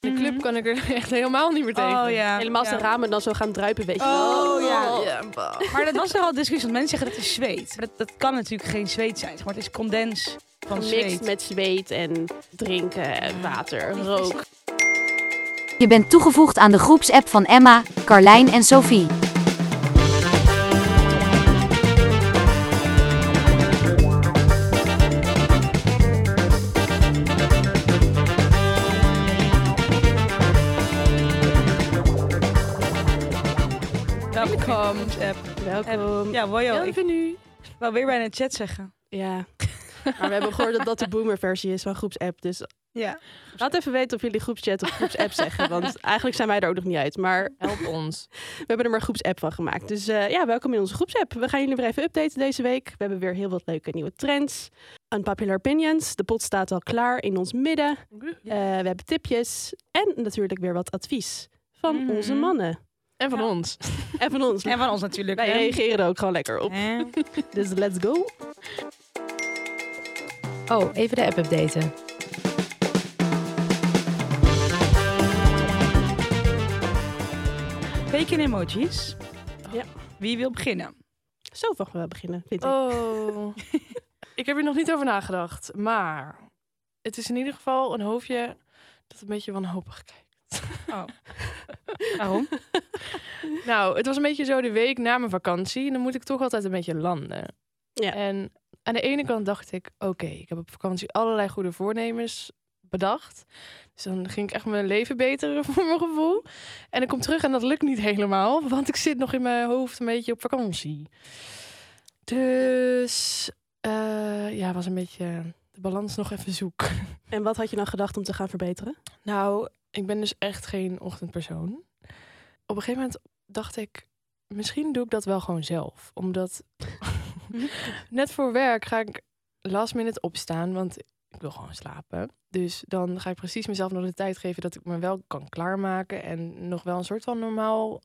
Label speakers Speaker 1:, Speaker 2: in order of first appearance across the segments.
Speaker 1: In de club kan ik er echt helemaal niet meer tegen.
Speaker 2: Mhm. Oh ja.
Speaker 3: Helemaal als
Speaker 2: ja.
Speaker 3: de ramen dan zo gaan druipen, weet je wel.
Speaker 2: Oh ja.
Speaker 1: bah.
Speaker 2: Maar dat was er al discussie, want mensen zeggen dat het is zweet. Maar dat, dat kan natuurlijk geen zweet zijn, zeg maar het is condens van
Speaker 3: Gemixt
Speaker 2: zweet.
Speaker 3: met zweet en drinken en water, rook.
Speaker 4: Je bent toegevoegd aan de groepsapp van Emma, Carlijn en Sophie.
Speaker 2: Welkom.
Speaker 1: Welkom.
Speaker 2: Groepsapp.
Speaker 3: Welkom.
Speaker 2: Ja, wow, ik
Speaker 3: Bienvenue.
Speaker 2: wou weer bijna chat zeggen.
Speaker 3: Ja. Maar we hebben gehoord dat dat de boomerversie is van groepsapp. Dus
Speaker 2: Ja.
Speaker 3: laat even weten of jullie groepschat of groepsapp zeggen. Want eigenlijk zijn wij er ook nog niet uit. Maar
Speaker 1: Help ons.
Speaker 3: we hebben er maar groepsapp van gemaakt. Dus eh, ja, welkom in onze groepsapp. We gaan jullie weer even updaten deze week. We hebben weer heel wat leuke nieuwe trends. Unpopular opinions. De pot staat al klaar in ons midden. Eh, we hebben tipjes. En natuurlijk weer wat advies van
Speaker 2: Mhm.
Speaker 3: onze mannen.
Speaker 1: En van
Speaker 2: Ja.
Speaker 1: ons.
Speaker 3: En van ons.
Speaker 2: En van ons natuurlijk.
Speaker 3: Wij
Speaker 2: hè?
Speaker 3: reageren er ook gewoon lekker op.
Speaker 2: Hè?
Speaker 3: Dus let's go.
Speaker 1: Oh, even de app updaten.
Speaker 2: Fake in emojis.
Speaker 3: Ja.
Speaker 2: Wie wil beginnen?
Speaker 3: Zo mogen we beginnen, vind ik.
Speaker 1: Oh. ik heb er nog niet over nagedacht. Maar het is in ieder geval een hoofdje dat een beetje wanhopig kijkt.
Speaker 2: Oh. Waarom?
Speaker 1: Nou, het was een beetje zo de week na mijn vakantie. En dan moet ik toch altijd een beetje landen.
Speaker 3: Ja.
Speaker 1: En aan de ene kant dacht ik, oké, ik heb op vakantie allerlei goede voornemens bedacht. Dus dan ging ik echt mijn leven beteren voor mijn gevoel. En ik kom terug en dat lukt niet helemaal. Want ik zit nog in mijn hoofd een beetje op vakantie. Dus eh, ja, was een beetje de balans nog even zoek.
Speaker 3: En wat had je dan gedacht om te gaan verbeteren?
Speaker 1: Nou, ik ben dus echt geen ochtendpersoon. Op een gegeven moment dacht ik, misschien doe ik dat wel gewoon zelf. Omdat net voor werk ga ik last minute opstaan, want ik wil gewoon slapen. Dus dan ga ik precies mezelf nog de tijd geven dat ik me wel kan klaarmaken en nog wel een soort van normaal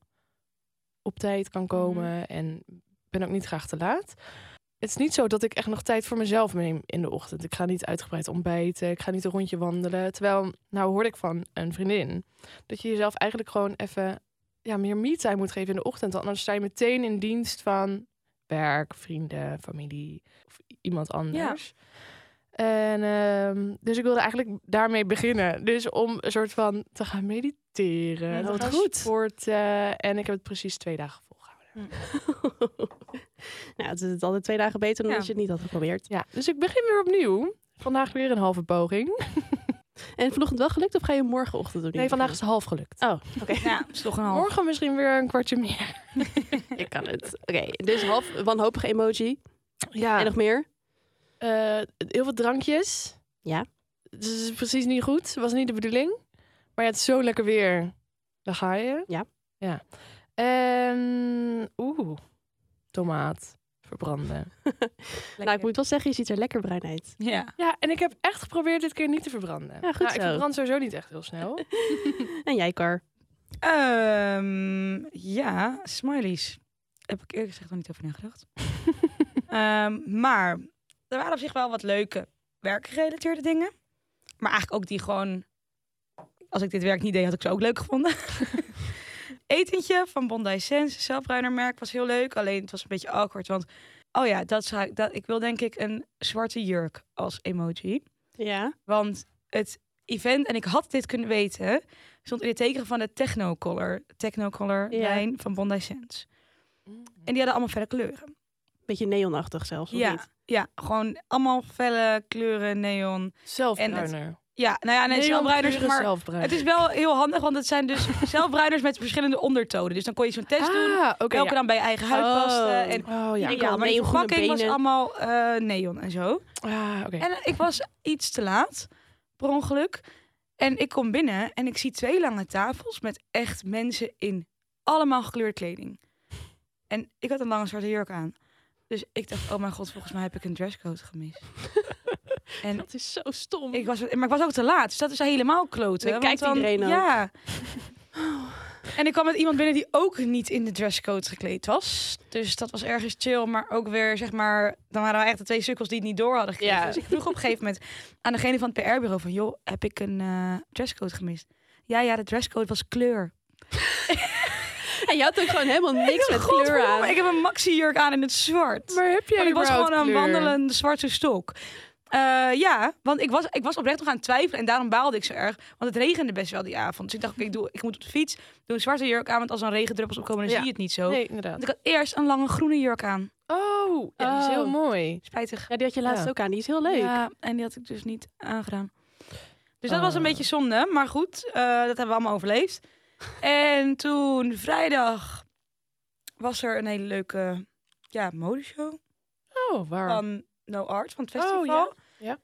Speaker 1: op tijd kan komen. En ben ook niet graag te laat. Het is niet zo dat ik echt nog tijd voor mezelf neem in de ochtend. Ik ga niet uitgebreid ontbijten. Ik ga niet een rondje wandelen. Terwijl, nou hoorde ik van een vriendin dat je jezelf eigenlijk gewoon even ja, meer me-time moet geven in de ochtend. Want Anders sta je meteen in dienst van werk, vrienden, familie of i- iemand anders. En, ehm, dus ik wilde eigenlijk daarmee beginnen. Dus om een soort van te gaan mediteren.
Speaker 2: Ja,
Speaker 1: te
Speaker 3: wat
Speaker 1: gaan
Speaker 3: goed.
Speaker 1: sporten. En ik heb het precies twee dagen volgehouden.
Speaker 3: nou, het is altijd twee dagen beter dan
Speaker 2: Ja.
Speaker 3: als je het niet had geprobeerd.
Speaker 1: Ja, dus ik begin weer opnieuw. Vandaag weer een halve poging.
Speaker 3: En vanochtend wel gelukt of ga je morgenochtend doen?
Speaker 1: Nee, vandaag is het half gelukt.
Speaker 3: Oh, oké.
Speaker 2: Ja, is toch een half.
Speaker 1: Morgen misschien weer een kwartje meer.
Speaker 3: Ik kan het. Oké, dus half wanhopige emoji.
Speaker 1: Ja,
Speaker 2: Ah,
Speaker 3: En nog meer? Nou,
Speaker 1: eh, heel veel drankjes. Dus
Speaker 3: Ja.
Speaker 1: Het is precies niet goed. Was niet de bedoeling. Maar ja, het is zo lekker weer. Daar ga je.
Speaker 3: Ja.
Speaker 1: Ja. En oeh, tomaat verbranden.
Speaker 3: Nou, ik moet wel zeggen, je ziet er lekker bruin uit.
Speaker 2: Ja.
Speaker 1: Ja, en ik heb echt geprobeerd dit keer niet te verbranden.
Speaker 3: Ja, goed
Speaker 1: Nou, Ik
Speaker 3: zo.
Speaker 1: verbrand sowieso niet echt heel snel.
Speaker 3: en jij, Kar.
Speaker 2: Ehm, ja, smileys. Heb ik eerlijk gezegd nog niet over nagedacht. Ehm, maar er waren op zich wel wat leuke werkgerelateerde dingen. Maar eigenlijk ook die gewoon... Als ik dit werk niet deed, had ik ze ook leuk gevonden. Etentje van Bondi Sense, een zelfbruinermerk, was heel leuk. Alleen het was een beetje awkward, want... Oh ja, dat zou ik, dat, ik wil denk ik een zwarte jurk als emoji.
Speaker 3: Ja.
Speaker 2: Want het event, en ik had dit kunnen weten, stond in het teken van de Technocolor, Technocolor
Speaker 3: Ja.
Speaker 2: lijn van Bondi Sands. En die hadden allemaal felle kleuren.
Speaker 3: Beetje neonachtig zelfs, of niet?
Speaker 2: ja, gewoon allemaal felle kleuren, neon.
Speaker 1: Zelfbruiner.
Speaker 2: Ja, nou ja, en het is wel bruiner, zeg maar. Het is wel heel handig, want het zijn dus zelfbruiners met verschillende ondertonen. Dus dan kon je zo'n test doen,
Speaker 1: Ah, oké.
Speaker 2: welke
Speaker 1: ja.
Speaker 2: dan bij je eigen huid
Speaker 3: Oh.
Speaker 2: paste. En
Speaker 1: Oh ja.
Speaker 3: Iedereen-
Speaker 2: ja,
Speaker 3: ja,
Speaker 2: maar die
Speaker 3: neongroene
Speaker 2: verpakking was
Speaker 3: benen.
Speaker 2: allemaal eh, neon en zo.
Speaker 1: Ah, oké.
Speaker 2: En ik was iets te laat, per ongeluk. En ik kom binnen en ik zie twee lange tafels met echt mensen in allemaal gekleurde kleding. En ik had een lange zwarte jurk aan. Dus ik dacht, oh mijn god, volgens mij heb ik een dresscode gemist. en
Speaker 3: Dat is zo stom.
Speaker 2: ik was, maar ik was ook te laat, dus dat is helemaal kloten.
Speaker 3: Dan
Speaker 2: want
Speaker 3: kijkt iedereen ook.
Speaker 2: Ja. En ik kwam met iemand binnen die ook niet in de dresscode gekleed was. Dus dat was ergens chill, maar ook weer, zeg maar... Dan waren we echt de twee sukkels die het niet door hadden gekregen.
Speaker 3: Ja.
Speaker 2: Dus ik vroeg op een gegeven moment aan degene van het PR-bureau van... joh, heb ik een eh, dresscode gemist? Ja, ja, de dresscode was kleur.
Speaker 3: En je had ook gewoon helemaal niks met
Speaker 2: Godverdomme,
Speaker 3: kleur aan.
Speaker 2: Ik heb een maxi-jurk aan in het zwart.
Speaker 1: Maar heb jij
Speaker 2: Want ik was
Speaker 1: überhaupt
Speaker 2: gewoon een
Speaker 1: kleur?
Speaker 2: wandelende zwarte stok. Eh, ja, want ik was, ik was oprecht nog aan het twijfelen en daarom baalde ik zo erg. Want het regende best wel die avond. Dus ik dacht, oké, ik, doe, ik moet op de fiets, doe een zwarte jurk aan. Want als er regendruppels opkomen, dan
Speaker 1: Ja.
Speaker 2: zie je het niet zo.
Speaker 1: Nee, inderdaad.
Speaker 2: Want ik had eerst een lange groene jurk aan.
Speaker 1: Oh, ja, dat is heel
Speaker 3: Oh.
Speaker 1: mooi.
Speaker 2: Spijtig.
Speaker 3: Ja, die had je laatst
Speaker 1: Ja.
Speaker 3: ook aan. Die is heel leuk.
Speaker 2: Ja, en die had ik dus niet aangedaan. Dus dat was een
Speaker 1: Ah.
Speaker 2: beetje zonde. Maar goed, eh, dat hebben we allemaal overleefd. en toen vrijdag was er een hele leuke ja, modeshow.
Speaker 1: Oh, waar?
Speaker 2: van No Art, van het festival.
Speaker 1: Oh, ja. Ja.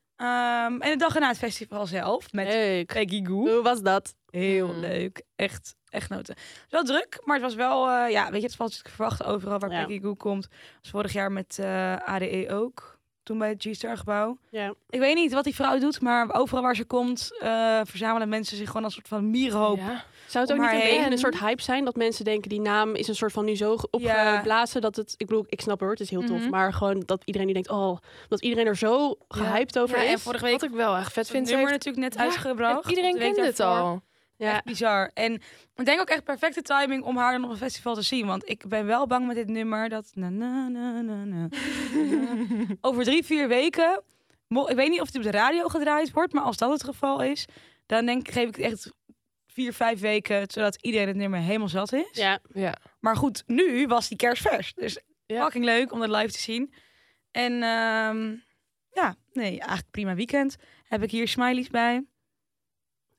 Speaker 2: Ehm, en de dag erna het festival zelf met
Speaker 1: Leuk.
Speaker 2: Peggy Goo.
Speaker 3: Hoe was dat?
Speaker 2: Heel
Speaker 1: Mm.
Speaker 2: leuk. Echt, echt noten. Het was wel druk, maar het was wel, eh, ja, weet je, het was ik verwacht overal waar
Speaker 3: Ja.
Speaker 2: Peggy Goo komt. Was vorig jaar met eh, ADE ook. Toen bij het G-Star gebouw.
Speaker 3: Ja.
Speaker 2: Ik weet niet wat die vrouw doet, maar overal waar ze komt, eh, verzamelen mensen zich gewoon als een soort van mierenhoop.
Speaker 1: Ja.
Speaker 3: Zou het
Speaker 2: Om
Speaker 3: ook niet
Speaker 2: haar
Speaker 3: een beetje
Speaker 2: heen.
Speaker 3: een soort hype zijn? Dat mensen denken, die naam is een soort van nu zo ge- opgeblazen dat het... Ik bedoel, ik snap het, hoor, het is heel tof.
Speaker 1: Mhm.
Speaker 3: Maar gewoon dat iedereen die denkt, oh, dat iedereen er zo gehyped over
Speaker 2: Ja,
Speaker 3: is.
Speaker 2: en vorige week
Speaker 1: Wat ik wel echt vet
Speaker 2: het nummer
Speaker 1: vind. ze heeft-
Speaker 2: natuurlijk net
Speaker 1: Ja, en
Speaker 2: uitgebracht.
Speaker 1: Iedereen
Speaker 2: De week
Speaker 1: kent het
Speaker 2: daarvoor.
Speaker 1: al.
Speaker 3: Ja.
Speaker 2: Echt bizar. En ik denk ook echt perfecte timing om haar dan op een festival te zien. Want ik ben wel bang met dit nummer dat... Na, na, na, na, na. Over drie, vier weken... mo- Ik weet niet of het op de radio gedraaid wordt, maar als dat het geval is... dan denk, ik- geef ik het echt vier, vijf weken... zodat iedereen het nummer helemaal zat is.
Speaker 3: Ja.
Speaker 1: Ja.
Speaker 2: Maar goed, nu was die kerstvers. Dus
Speaker 1: Ja.
Speaker 2: fucking leuk om dat live te zien. En ehm, ja, nee, eigenlijk prima weekend. Heb ik hier smileys bij.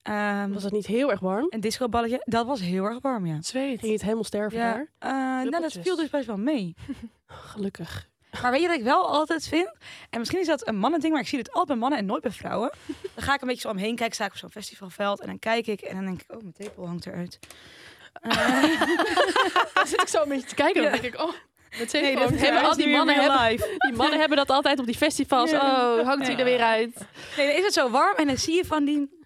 Speaker 2: Ehm,
Speaker 3: Was het niet heel erg warm?
Speaker 2: een discoballetje. Dat was heel erg warm, ja.
Speaker 1: Zweet.
Speaker 3: Ging je het helemaal sterven
Speaker 2: Ja,
Speaker 3: daar?
Speaker 2: eh, nou, dat
Speaker 1: Druppeltjes.
Speaker 2: viel dus best wel mee.
Speaker 3: Gelukkig.
Speaker 2: Maar weet je wat ik wel altijd vind? En misschien is dat een mannending, maar ik zie dit altijd bij mannen en nooit bij vrouwen. Dan ga ik een beetje zo omheen kijken, sta ik op zo'n festivalveld en dan kijk ik en dan denk ik, oh, mijn tepel hangt eruit. Eh,
Speaker 1: Dan zit ik zo een beetje te kijken. Dan
Speaker 2: Ja.
Speaker 1: denk ik, oh, met
Speaker 2: nee,
Speaker 1: zeven
Speaker 2: dat
Speaker 3: hebben
Speaker 2: is
Speaker 3: al die
Speaker 2: niet meer
Speaker 3: mannen
Speaker 2: real
Speaker 3: hebben-
Speaker 2: life.
Speaker 3: Die mannen hebben dat altijd op die festivals.
Speaker 2: Ja.
Speaker 3: Oh, hangt hij
Speaker 2: Ja.
Speaker 3: er weer uit.
Speaker 2: Nee, dan is het zo warm en dan zie je van die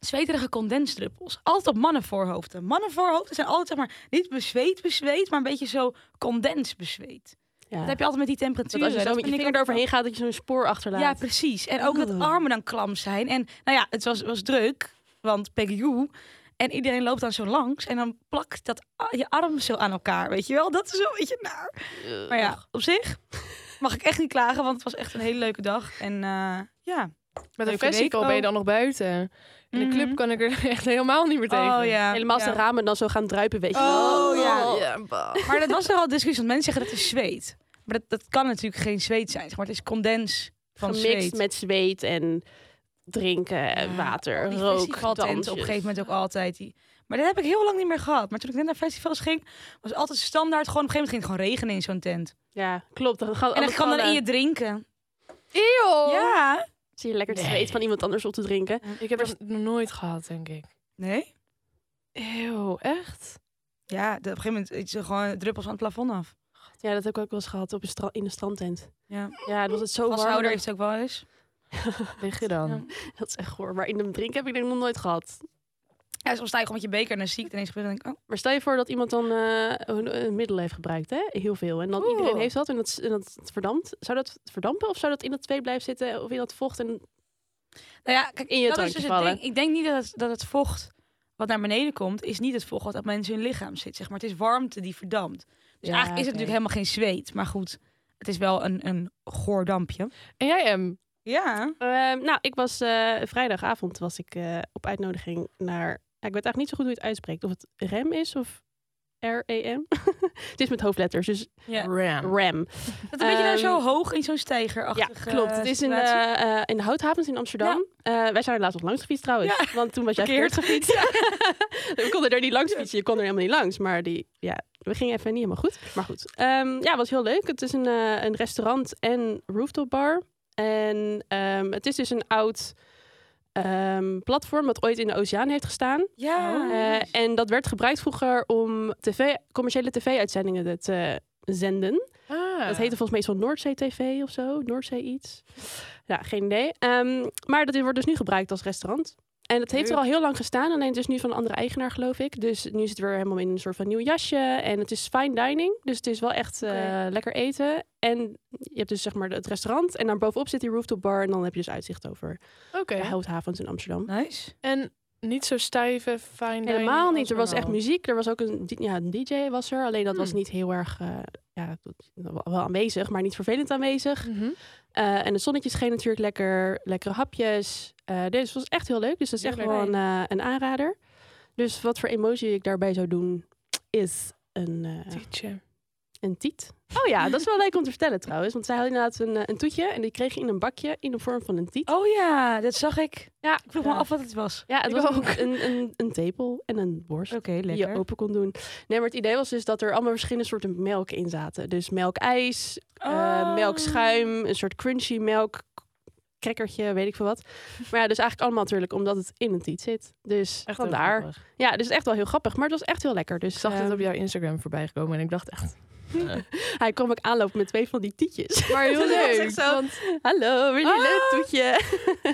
Speaker 2: zweterige condensdruppels. Altijd op mannenvoorhoofden. Mannenvoorhoofden zijn altijd zeg maar, niet bezweet bezweet, maar een beetje zo condens bezweet.
Speaker 3: Ja.
Speaker 2: Dat heb je altijd met die
Speaker 3: Dat
Speaker 2: temperaturen.
Speaker 3: als je zo
Speaker 2: Dat
Speaker 3: met je
Speaker 2: vind ik
Speaker 3: vinger
Speaker 2: ook wel-
Speaker 3: eroverheen gaat, dat je zo'n spoor achterlaat.
Speaker 2: Ja, precies. En ook dat
Speaker 3: Oh.
Speaker 2: armen dan klam zijn. En nou ja, het was, was druk, want Peggy Goo. En iedereen loopt dan zo langs en dan plakt dat a- je arm zo aan elkaar, weet je wel? Dat is wel een beetje naar. Maar ja, op zich mag ik echt niet klagen, want het was echt een hele leuke dag. En eh, ja.
Speaker 1: Met een
Speaker 2: Leuke week
Speaker 1: festival ben je
Speaker 2: ook.
Speaker 1: dan nog buiten. In de
Speaker 2: Mhm.
Speaker 1: club kan ik er echt helemaal niet meer tegen.
Speaker 2: Oh ja.
Speaker 3: Helemaal als
Speaker 2: ja.
Speaker 3: de ramen dan zo gaan druipen, weet je.
Speaker 2: Oh, ja.
Speaker 1: Ja, bah.
Speaker 2: Maar dat was er al discussie, want mensen zeggen dat het is zweet. Maar dat, dat kan natuurlijk geen zweet zijn, zeg maar. Het is condens van
Speaker 3: Gemixt
Speaker 2: zweet.
Speaker 3: met zweet en drinken, en
Speaker 2: Ja,
Speaker 3: water,
Speaker 2: die
Speaker 3: rook,
Speaker 2: festivaltenten op een gegeven moment ook altijd. Die... Maar dat heb ik heel lang niet meer gehad. Maar toen ik net naar festivals ging, was altijd standaard gewoon... Op een gegeven moment ging het gewoon regenen in zo'n tent.
Speaker 3: Ja, klopt. Dan gaat
Speaker 2: en dan kwam dan in je drinken.
Speaker 1: Eeuw.
Speaker 2: Ja.
Speaker 3: Zie je lekker het
Speaker 1: Nee.
Speaker 3: zweet van iemand anders op te drinken.
Speaker 1: Ik heb dat nog nooit gehad, denk ik.
Speaker 2: Nee?
Speaker 1: Eeuw, echt?
Speaker 2: Ja, dat- op een gegeven moment is er gewoon druppels van het plafond af.
Speaker 3: Ja, dat heb ik ook wel eens gehad op een stra- in een strandtent.
Speaker 2: Ja.
Speaker 3: Ja, dan was het zo warm.
Speaker 2: Vashouder heeft het ook wel eens.
Speaker 1: Lig je dan?
Speaker 2: Ja.
Speaker 3: Dat is echt goor. Maar in een drink heb ik denk ik nog nooit gehad.
Speaker 2: Ja, soms sta je gewoon met je beker en dan zie ik het ineens gebeuren. en denk ik, oh.
Speaker 3: Maar stel je voor dat iemand dan eh, een, een middel heeft gebruikt, hè? Heel veel. En dan
Speaker 1: Oeh.
Speaker 3: iedereen heeft dat en dat, en dat verdampt. Zou dat verdampen of zou dat in dat zweet blijven zitten of in dat vocht? En...
Speaker 2: oh. Nou ja, kijk,
Speaker 3: In je
Speaker 2: dat is
Speaker 3: drankje
Speaker 2: dus het
Speaker 3: vallen.
Speaker 2: ding. Ik denk niet dat het, dat het vocht wat naar beneden komt, is niet het vocht wat op mensen hun lichaam zit. Zeg maar. Het is warmte die verdampt. Dus
Speaker 1: Ja,
Speaker 2: eigenlijk is het
Speaker 1: oké.
Speaker 2: natuurlijk helemaal geen zweet. Maar goed, het is wel een, een goor dampje.
Speaker 1: En jij, Em?
Speaker 2: Ja.
Speaker 3: Ehm, nou, ik was eh, vrijdagavond was ik eh, op uitnodiging naar. ja, ik weet eigenlijk niet zo goed hoe je het uitspreekt. Of het REM is of R-E-M. het is met hoofdletters, dus
Speaker 2: ja.
Speaker 1: Ram.
Speaker 3: REM.
Speaker 2: Dat een beetje daar
Speaker 3: Ehm,
Speaker 2: zo hoog in zo'n steigerachtig.
Speaker 3: ja, klopt.
Speaker 2: eh,
Speaker 3: Het is in,
Speaker 2: situatie.
Speaker 3: eh, eh, in de Houthavens in Amsterdam. Eh, wij zijn er laatst nog langs gefietst trouwens.
Speaker 2: Ja.
Speaker 3: Want toen was jij
Speaker 2: Verkeerd.
Speaker 3: verkeerd gefietst. we konden er niet langs fietsen. Je kon er helemaal niet langs. Maar die, ja, we gingen even niet helemaal goed. Maar goed. Ehm, ja, was heel leuk. Het is een, eh, een restaurant en rooftop bar. En ehm, het is dus een oud ehm, platform wat ooit in de oceaan heeft gestaan.
Speaker 2: Ja.
Speaker 3: Eh, en dat werd gebruikt vroeger om TV, commerciële tv-uitzendingen te eh, zenden.
Speaker 1: Ah.
Speaker 3: Dat heette volgens mij zo'n Noordzee TV of zo. Noordzee iets. Ja, geen idee. Ehm, maar dat wordt dus nu gebruikt als restaurant. En dat heeft er
Speaker 1: Leuk.
Speaker 3: al heel lang gestaan. Alleen het is nu van een andere eigenaar, geloof ik. Dus nu is het weer helemaal in een soort van nieuw jasje. En het is fine dining. Dus het is wel echt eh,
Speaker 2: Oké.
Speaker 3: lekker eten. En je hebt dus zeg maar het restaurant. En daar bovenop zit die rooftop bar. En dan heb je dus uitzicht over
Speaker 1: Oké.
Speaker 3: de houthavens in Amsterdam.
Speaker 2: Nice.
Speaker 1: En niet zo stijve, fijn.
Speaker 3: Helemaal niet. Er was echt muziek. Er was ook een, di- ja, een DJ was er. Alleen dat was niet heel erg eh, ja, dat- wel aanwezig, maar niet vervelend aanwezig.
Speaker 1: Mhm.
Speaker 3: Eh, en het zonnetje scheen natuurlijk lekker. Lekkere hapjes. Eh dus het was echt heel leuk. Dus dat is echt
Speaker 1: Heerlijk.
Speaker 3: wel een, eh, een aanrader. Dus wat voor emoji ik daarbij zou doen is een, eh,
Speaker 1: Tietje.
Speaker 3: een tiet. Oh ja, dat is wel leuk om te vertellen trouwens. Want zij had inderdaad een, eh, een toetje en die kreeg je in een bakje in de vorm van een tiet.
Speaker 2: Oh ja, dat zag ik.
Speaker 3: ja,
Speaker 2: Ik vroeg me af wat het was.
Speaker 3: Ja, het
Speaker 1: Ik
Speaker 3: was ook
Speaker 1: ook.
Speaker 3: een, een, een tepel en een worst.
Speaker 2: Oké, lekker.
Speaker 3: die je open kon doen. Nee, maar het idee was dus dat er allemaal verschillende soorten melk in zaten. Dus melkijs, eh
Speaker 2: Oh.
Speaker 1: Oh.
Speaker 3: melkschuim, een soort crunchy melk, crackertje, weet ik veel wat. Maar ja, dus eigenlijk allemaal natuurlijk omdat het in een tiet zit. Dus
Speaker 1: Echt
Speaker 3: vandaar.
Speaker 1: heel grappig.
Speaker 3: Ja, dus echt wel heel grappig, maar het was echt heel lekker. Dus
Speaker 1: Ik zag het
Speaker 3: ehm,
Speaker 1: op jouw Instagram voorbij gekomen en ik dacht echt...
Speaker 3: hij kwam ook aanlopen met twee van die tietjes.
Speaker 1: Maar heel
Speaker 3: Dat was echt
Speaker 1: leuk.
Speaker 3: Dus zo,
Speaker 1: want- Ah,
Speaker 3: Hallo, weer een leuk toetje.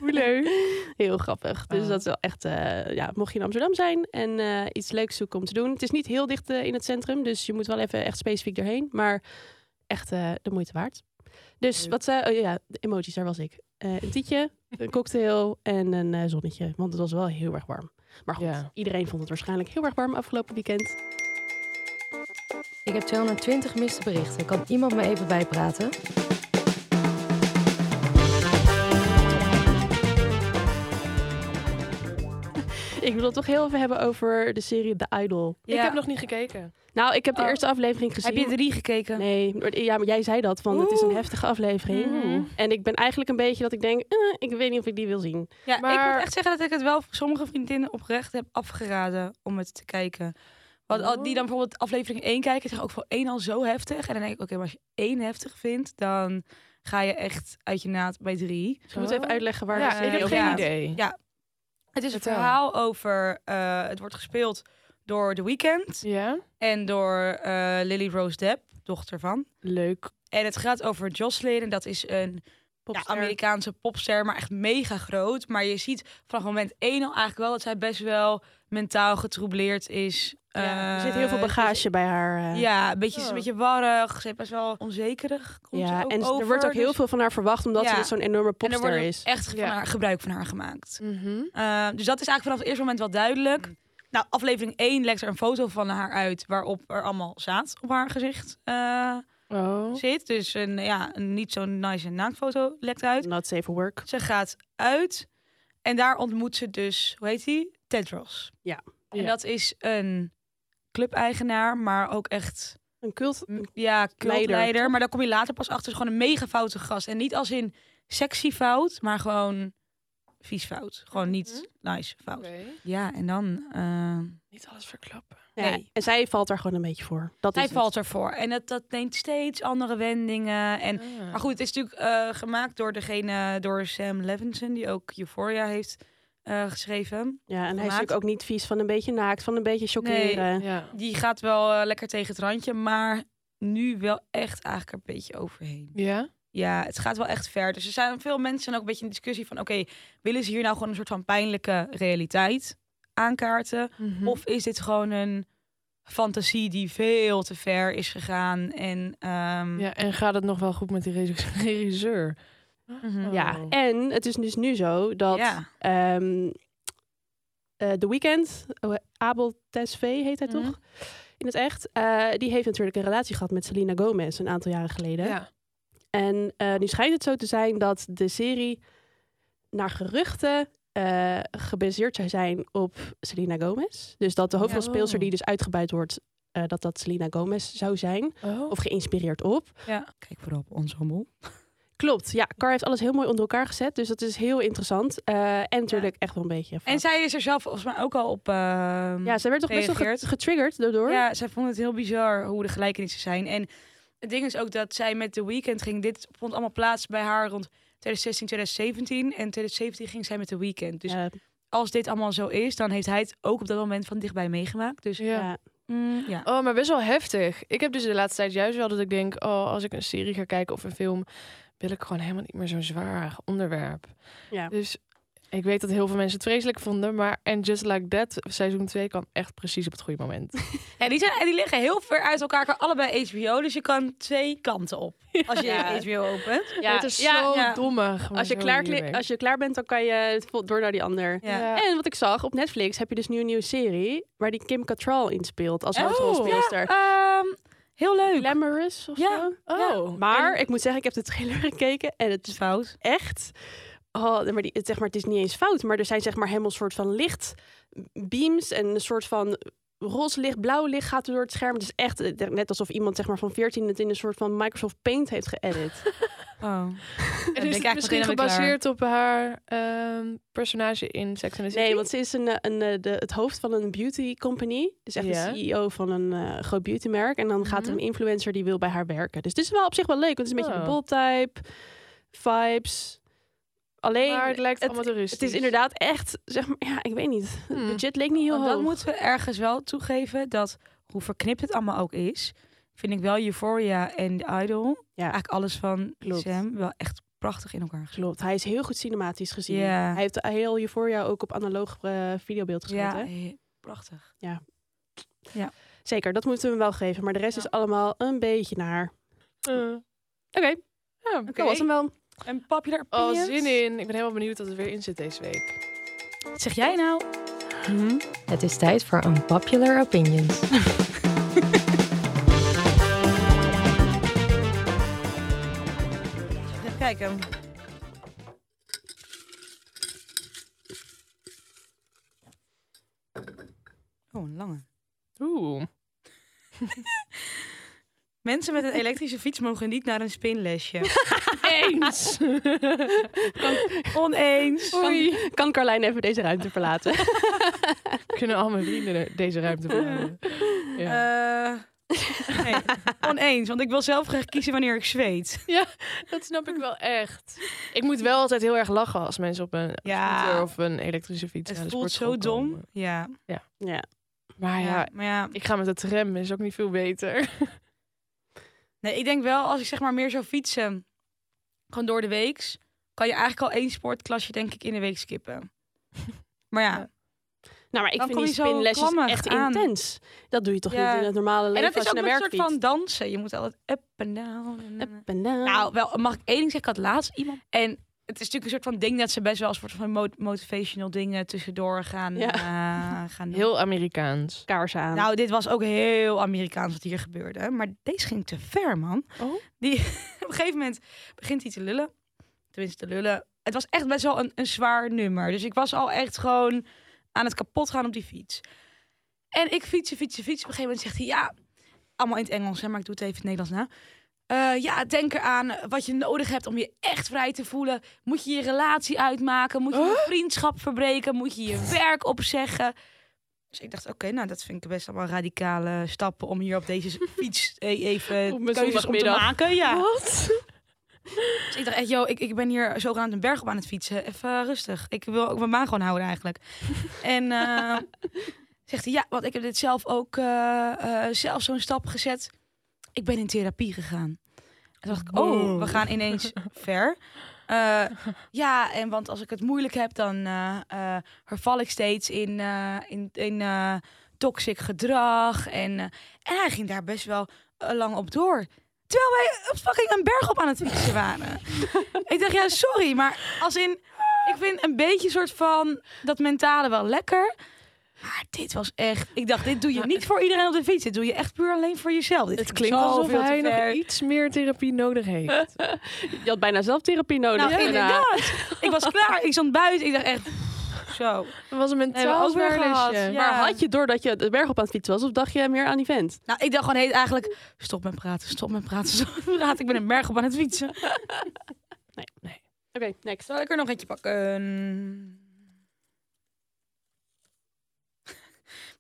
Speaker 1: Hoe leuk.
Speaker 3: Heel grappig. Dus
Speaker 1: Ah.
Speaker 3: dat is wel echt, eh, ja, mocht je in Amsterdam zijn en eh, iets leuks zoeken om te doen. Het is niet heel dicht eh, in het centrum, dus je moet wel even echt specifiek erheen. Maar echt eh, de moeite waard. Dus
Speaker 1: Leuk.
Speaker 3: wat zei, oh ja, de emojis, daar was ik. Eh, een tietje, een cocktail en een eh, zonnetje, want het was wel heel erg warm. Maar goed,
Speaker 1: Ja.
Speaker 3: iedereen vond het waarschijnlijk heel erg warm afgelopen weekend.
Speaker 5: Ik heb 220 miste berichten. Kan iemand me even bijpraten?
Speaker 3: Ik wil het toch heel even hebben over de serie The Idol.
Speaker 1: Ik heb nog niet gekeken.
Speaker 3: Nou, ik heb de
Speaker 2: Oh.
Speaker 3: eerste aflevering gezien.
Speaker 2: Heb je drie gekeken?
Speaker 3: Nee, maar- ja, maar jij zei dat, want het is een
Speaker 2: Oeh. Mm-hmm.
Speaker 3: heftige aflevering.
Speaker 1: Mhm.
Speaker 3: En ik ben eigenlijk een beetje dat ik denk, eh, ik weet niet of ik die wil zien.
Speaker 2: Ja, ik
Speaker 1: Maar-
Speaker 2: moet echt zeggen dat ik het wel voor sommige vriendinnen oprecht heb afgeraden om het te kijken. Want al
Speaker 3: Oh.
Speaker 2: die dan bijvoorbeeld aflevering 1 kijken, zeggen ook voor één al zo heftig. En dan denk ik, oké, maar als je één heftig vindt, dan ga je echt uit je naad bij drie.
Speaker 3: Dus ik moet even uitleggen waar eh,
Speaker 1: ja,
Speaker 3: de
Speaker 2: is-
Speaker 1: ik heb
Speaker 3: serie over
Speaker 1: geen
Speaker 3: gaat.
Speaker 1: idee.
Speaker 2: Ja. Het is een
Speaker 1: Vertel.
Speaker 2: verhaal over, eh, het wordt gespeeld door The Weeknd
Speaker 1: Ja?
Speaker 2: en door eh, Lily Rose Depp, dochter van.
Speaker 1: Leuk.
Speaker 2: En het gaat over Jocelyn en dat is een ja,
Speaker 3: Popster.
Speaker 2: Amerikaanse popster, maar echt mega groot. Maar je ziet vanaf moment één al eigenlijk wel dat zij best wel mentaal getroubleerd is.
Speaker 3: Ja, er
Speaker 2: Eh,
Speaker 3: zit heel veel bagage bij haar. eh.
Speaker 2: Ja, een beetje, ze is
Speaker 1: Oh.
Speaker 2: een beetje warrig. Ze is best wel onzekerig. Komt
Speaker 3: Ja,
Speaker 2: ze ook
Speaker 3: en
Speaker 2: over,
Speaker 3: er wordt ook heel
Speaker 2: dus-
Speaker 3: veel van haar verwacht, omdat ze
Speaker 2: Ja.
Speaker 3: dus zo'n enorme
Speaker 2: En er
Speaker 3: popster
Speaker 2: wordt
Speaker 3: is.
Speaker 2: echt van
Speaker 1: Ja.
Speaker 2: haar, gebruik van haar gemaakt.
Speaker 1: Mhm.
Speaker 2: Eh, dus dat is eigenlijk vanaf het eerste moment wel duidelijk. Nou, aflevering 1 lekt er een foto van haar uit waarop er allemaal zaad op haar gezicht eh,
Speaker 1: Oh.
Speaker 2: zit. Dus een, ja, een niet zo nice naaktfoto lekt uit.
Speaker 3: Not safe for work.
Speaker 2: Ze gaat uit en daar ontmoet ze dus, hoe heet hij? Tedros.
Speaker 3: Ja.
Speaker 2: En
Speaker 1: Ja.
Speaker 2: dat is een clubeigenaar, maar ook echt
Speaker 3: Een cult.
Speaker 2: m- ja,
Speaker 3: Leider,
Speaker 2: clubleider.
Speaker 3: toch?
Speaker 2: Maar daar kom je later pas achter. is gewoon een mega foute gast. En niet als in sexy fout, maar gewoon vies fout. Gewoon niet nice fout. Ja, en dan... eh,
Speaker 1: Niet alles verklappen.
Speaker 3: Ja,
Speaker 2: nee.
Speaker 3: En zij valt daar gewoon een beetje voor. Dat
Speaker 2: hij
Speaker 3: is het.
Speaker 2: valt ervoor. En dat, dat neemt steeds andere wendingen. En Maar goed, het is natuurlijk eh, gemaakt door degene, door Sam Levinson, die ook Euphoria heeft eh, geschreven.
Speaker 3: Ja, en hij is
Speaker 2: gemaakt.
Speaker 3: natuurlijk ook niet vies van een beetje naakt, van een beetje chockeren.
Speaker 1: Ja.
Speaker 2: Die gaat wel eh, lekker tegen het randje, maar nu wel echt eigenlijk een beetje overheen.
Speaker 1: Ja?
Speaker 2: Ja, het gaat wel echt ver. Dus er zijn veel mensen ook een beetje in discussie van, oké, willen ze hier nou gewoon een soort van pijnlijke realiteit aankaarten?
Speaker 3: Mhm.
Speaker 2: Of is dit gewoon een fantasie die veel te ver is gegaan en... ehm,
Speaker 1: Ja, en gaat het nog wel goed met die regis- regisseur?
Speaker 2: mhm.
Speaker 1: Oh.
Speaker 3: Ja, en het is dus nu zo dat
Speaker 2: Ja.
Speaker 3: ehm eh The Weeknd, oh, Abel Tesfaye heet hij
Speaker 2: Mhm.
Speaker 3: toch? In het echt. eh, die heeft natuurlijk een relatie gehad met Selena Gomez een aantal jaren geleden.
Speaker 1: Ja.
Speaker 3: En eh, nu schijnt het zo te zijn dat de serie naar geruchten eh, gebaseerd zou zijn op Selena Gomez. Dus dat de hoofdrolspeelster
Speaker 1: Oh.
Speaker 3: die dus uitgebuit wordt, eh, dat dat Selena Gomez zou zijn.
Speaker 1: Oh.
Speaker 3: Of geïnspireerd op.
Speaker 2: ja. Kijk vooral op ons rommel.
Speaker 3: Klopt, ja. Car heeft alles heel mooi onder elkaar gezet. Dus dat is heel interessant. Eh, en natuurlijk echt wel een beetje.
Speaker 2: En
Speaker 3: fout.
Speaker 2: zij is er zelf volgens mij ook al op. ehm,
Speaker 3: ja, zij werd toch best wel ge-
Speaker 2: reageert.
Speaker 3: getriggerd daardoor.
Speaker 2: ja, zij vond het heel bizar hoe de gelijkenissen zijn. En het ding is ook dat zij met The Weeknd ging. Dit vond allemaal plaats bij haar rond 2016, 2017. En 2017 ging zij met The Weeknd. Dus
Speaker 3: Ja,
Speaker 2: als dit allemaal zo is, dan heeft hij het ook op dat moment van dichtbij meegemaakt. Dus
Speaker 1: Ja.
Speaker 3: ja.
Speaker 2: mm, ja.
Speaker 1: Oh, maar best wel heftig. Ik heb dus de laatste tijd juist wel dat ik denk... oh, als ik een serie ga kijken of een film... wil ik gewoon helemaal niet meer zo'n zwaar onderwerp.
Speaker 3: Ja.
Speaker 1: Dus Ik weet dat heel veel mensen het vreselijk vonden, maar And Just Like That seizoen 2 kwam echt precies op het goede moment.
Speaker 2: En die, zijn, en die liggen heel ver uit elkaar, kan allebei HBO. Dus je kan twee kanten op als je
Speaker 3: Ja.
Speaker 2: HBO opent.
Speaker 1: Ja, het is zo
Speaker 2: ja.
Speaker 1: dommig. maar
Speaker 3: Als je,
Speaker 1: zo
Speaker 3: klaar, kli-
Speaker 1: hiermee.
Speaker 3: als je klaar bent, dan kan je vo- door naar die ander.
Speaker 2: Ja.
Speaker 1: Ja.
Speaker 3: En wat ik zag, op Netflix heb je dus nu een nieuwe serie... waar die Kim Cattrall in speelt als
Speaker 1: Oh,
Speaker 3: hoofdrolspeelster.
Speaker 2: Ehm, heel leuk.
Speaker 3: Glamorous of
Speaker 2: Ja,
Speaker 3: zo.
Speaker 1: Oh,
Speaker 3: Maar ik moet zeggen, ik heb de trailer gekeken en het is
Speaker 2: fout.
Speaker 3: echt... Oh, maar die, het, zeg maar, het is niet eens fout, maar er zijn zeg maar helemaal een soort van lichtbeams... en een soort van roze licht, blauw licht gaat er door het scherm. Het is echt eh, net alsof iemand zeg maar, van 14 het in een soort van Microsoft Paint heeft geëdit.
Speaker 2: Oh.
Speaker 1: en
Speaker 2: ben ik
Speaker 1: is het
Speaker 2: eigenlijk
Speaker 1: misschien
Speaker 2: meteen alweer
Speaker 1: gebaseerd op haar ehm, personage in Sex and the City?
Speaker 3: Nee, want ze is een, eh, een, eh, de, het hoofd van een beauty company. Dus echt
Speaker 1: Ja.
Speaker 3: de CEO van een eh, groot beautymerk. En dan gaat er
Speaker 1: Mhm.
Speaker 3: een influencer die wil bij haar werken. Dus het is wel op zich wel leuk. Want het is een beetje
Speaker 1: Oh.
Speaker 3: een bol type, vibes. Alleen,
Speaker 1: maar het lijkt
Speaker 3: het-
Speaker 1: allemaal toeristisch.
Speaker 3: het is inderdaad echt, zeg maar, ja, ik weet niet.
Speaker 1: Hmm.
Speaker 3: Het budget leek niet heel
Speaker 2: Want
Speaker 3: hoog.
Speaker 2: dan moeten we ergens wel toegeven dat, hoe verknipt het allemaal ook is, vind ik wel Euphoria en The Idol, eigenlijk alles van
Speaker 3: Klopt.
Speaker 2: Sam, wel echt prachtig in elkaar gezet.
Speaker 3: Klopt, hij is heel goed cinematisch gezien.
Speaker 2: Ja.
Speaker 3: Hij heeft heel Euphoria ook op analoog eh, videobeeld geschoten.
Speaker 2: Ja, eh, prachtig.
Speaker 3: Zeker, dat moeten we hem wel geven. Maar de rest
Speaker 2: Ja.
Speaker 3: is allemaal een beetje naar.
Speaker 1: Eh,
Speaker 3: Oké,
Speaker 1: ja.
Speaker 3: dat was hem wel.
Speaker 2: En popular
Speaker 1: Oh,
Speaker 2: opinions?
Speaker 1: zin in. Ik ben helemaal benieuwd wat er weer in zit deze week.
Speaker 2: Wat zeg jij nou?
Speaker 5: Het is tijd voor Unpopular Opinions.
Speaker 2: Even kijken. Oh, een lange.
Speaker 1: Oeh.
Speaker 2: Mensen met een elektrische fiets mogen niet naar een spinlesje.
Speaker 1: Eens!
Speaker 2: Oneens.
Speaker 1: Oei.
Speaker 3: Kan Carlijn even deze ruimte verlaten?
Speaker 1: Kunnen al mijn vrienden de- deze ruimte verlaten? Ja.
Speaker 2: Eh, nee, oneens, want ik wil zelf graag kiezen wanneer ik zweet.
Speaker 1: Dat snap ik wel echt. Ik moet wel altijd heel erg lachen als mensen op een
Speaker 2: Ja.
Speaker 1: scooter of een elektrische fiets naar
Speaker 2: Het
Speaker 1: de
Speaker 2: voelt zo
Speaker 1: sportschool
Speaker 2: dom.
Speaker 1: komen.
Speaker 2: Ja.
Speaker 3: ja.
Speaker 1: Maar Ah, ja,
Speaker 2: Maar ja,
Speaker 1: ik ga met de tram, is ook niet veel beter.
Speaker 2: nee, ik denk wel als ik zeg maar meer zou fietsen, gewoon door de weeks, kan je eigenlijk al één sportklasje denk ik in de week skippen. Maar ja,
Speaker 1: Ja.
Speaker 3: Nou, maar ik
Speaker 2: Dan
Speaker 3: vind
Speaker 2: kom
Speaker 3: die
Speaker 2: je zo
Speaker 3: spinlesjes
Speaker 2: klammig
Speaker 3: echt
Speaker 2: aan.
Speaker 3: intens. Dat doe je toch
Speaker 2: Ja.
Speaker 3: niet in het normale
Speaker 2: en
Speaker 3: leven
Speaker 2: dat
Speaker 3: als
Speaker 2: is
Speaker 3: je
Speaker 2: ook
Speaker 3: naar
Speaker 2: met een
Speaker 3: werk
Speaker 2: soort van dansen. Je moet altijd up en down. en-
Speaker 3: fietst. Ben down.
Speaker 2: Nou, wel, mag ik één ding zeggen? Ik had laatst iemand. En het is natuurlijk een soort van ding dat ze best wel een soort van mo- motivational dingen tussendoor gaan,
Speaker 3: Ja.
Speaker 2: eh, gaan doen.
Speaker 1: Heel Amerikaans.
Speaker 3: kaarsen aan.
Speaker 2: Nou, dit was ook heel Amerikaans wat hier gebeurde. Maar deze ging te ver, man.
Speaker 1: Oh.
Speaker 2: Die, op een gegeven moment begint hij te lullen. Tenminste, te lullen. Het was echt best wel een, een zwaar nummer. Dus ik was al echt gewoon aan het kapot gaan op die fiets. En ik fietsen, fietsen, fietsen. Op een gegeven moment zegt hij, ja... Allemaal in het Engels, hè, maar ik doe het even in het Nederlands na. Eh, ja, denk eraan wat je nodig hebt om je echt vrij te voelen. Moet je je relatie uitmaken? Moet je je vriendschap verbreken? Moet je je werk opzeggen? Dus ik dacht, oké, nou dat vind ik best allemaal radicale stappen om hier op deze fiets eh, even
Speaker 3: Op mijn
Speaker 2: keuzes om te
Speaker 3: zondagmiddag.
Speaker 2: maken. Ja.
Speaker 1: Wat?
Speaker 2: Dus ik dacht echt, joh, ik, ik ben hier zogenaamd een berg op aan het fietsen. Even eh, rustig. Ik wil ook mijn maan gewoon houden eigenlijk. en eh, zegt hij, ja, want ik heb dit zelf ook eh, eh, zelf zo'n stap gezet. Ik ben in therapie gegaan. En toen dacht ik, oh, we gaan ineens ver. Eh, ja, en want als ik het moeilijk heb, dan eh, eh, verval ik steeds in, eh, in, in eh, toxic gedrag. En, eh, en hij ging daar best wel eh, lang op door. Terwijl wij op fucking een berg op aan het fietsen waren. ik dacht, ja, sorry, maar als in... Ik vind een beetje soort van dat mentale wel lekker. Maar dit was echt... Ik dacht, dit doe je niet voor iedereen op de fiets. Dit doe je echt puur alleen voor jezelf. Dit
Speaker 1: Het
Speaker 2: ging
Speaker 1: klinkt
Speaker 2: zo
Speaker 1: alsof
Speaker 2: veel te
Speaker 1: hij nog
Speaker 2: ver.
Speaker 1: iets meer therapie nodig heeft.
Speaker 3: je had bijna zelf therapie nodig.
Speaker 2: Nou, inderdaad. Ik was klaar. Ik stond buiten. Ik dacht echt... Zo.
Speaker 1: Dat was
Speaker 2: Hebben
Speaker 1: een
Speaker 2: we
Speaker 1: mentaal
Speaker 2: ook weer
Speaker 1: zwaarlesje.
Speaker 2: gehad, ja.
Speaker 3: Maar had je doordat je de berg op aan het fietsen was, of dacht je meer aan die vent?
Speaker 2: Nou, ik dacht gewoon heet eigenlijk... Stop met praten, stop met praten, stop met praten. Ik ben een berg op aan het fietsen.
Speaker 3: Oké, next.
Speaker 2: Zal ik er nog eentje pakken?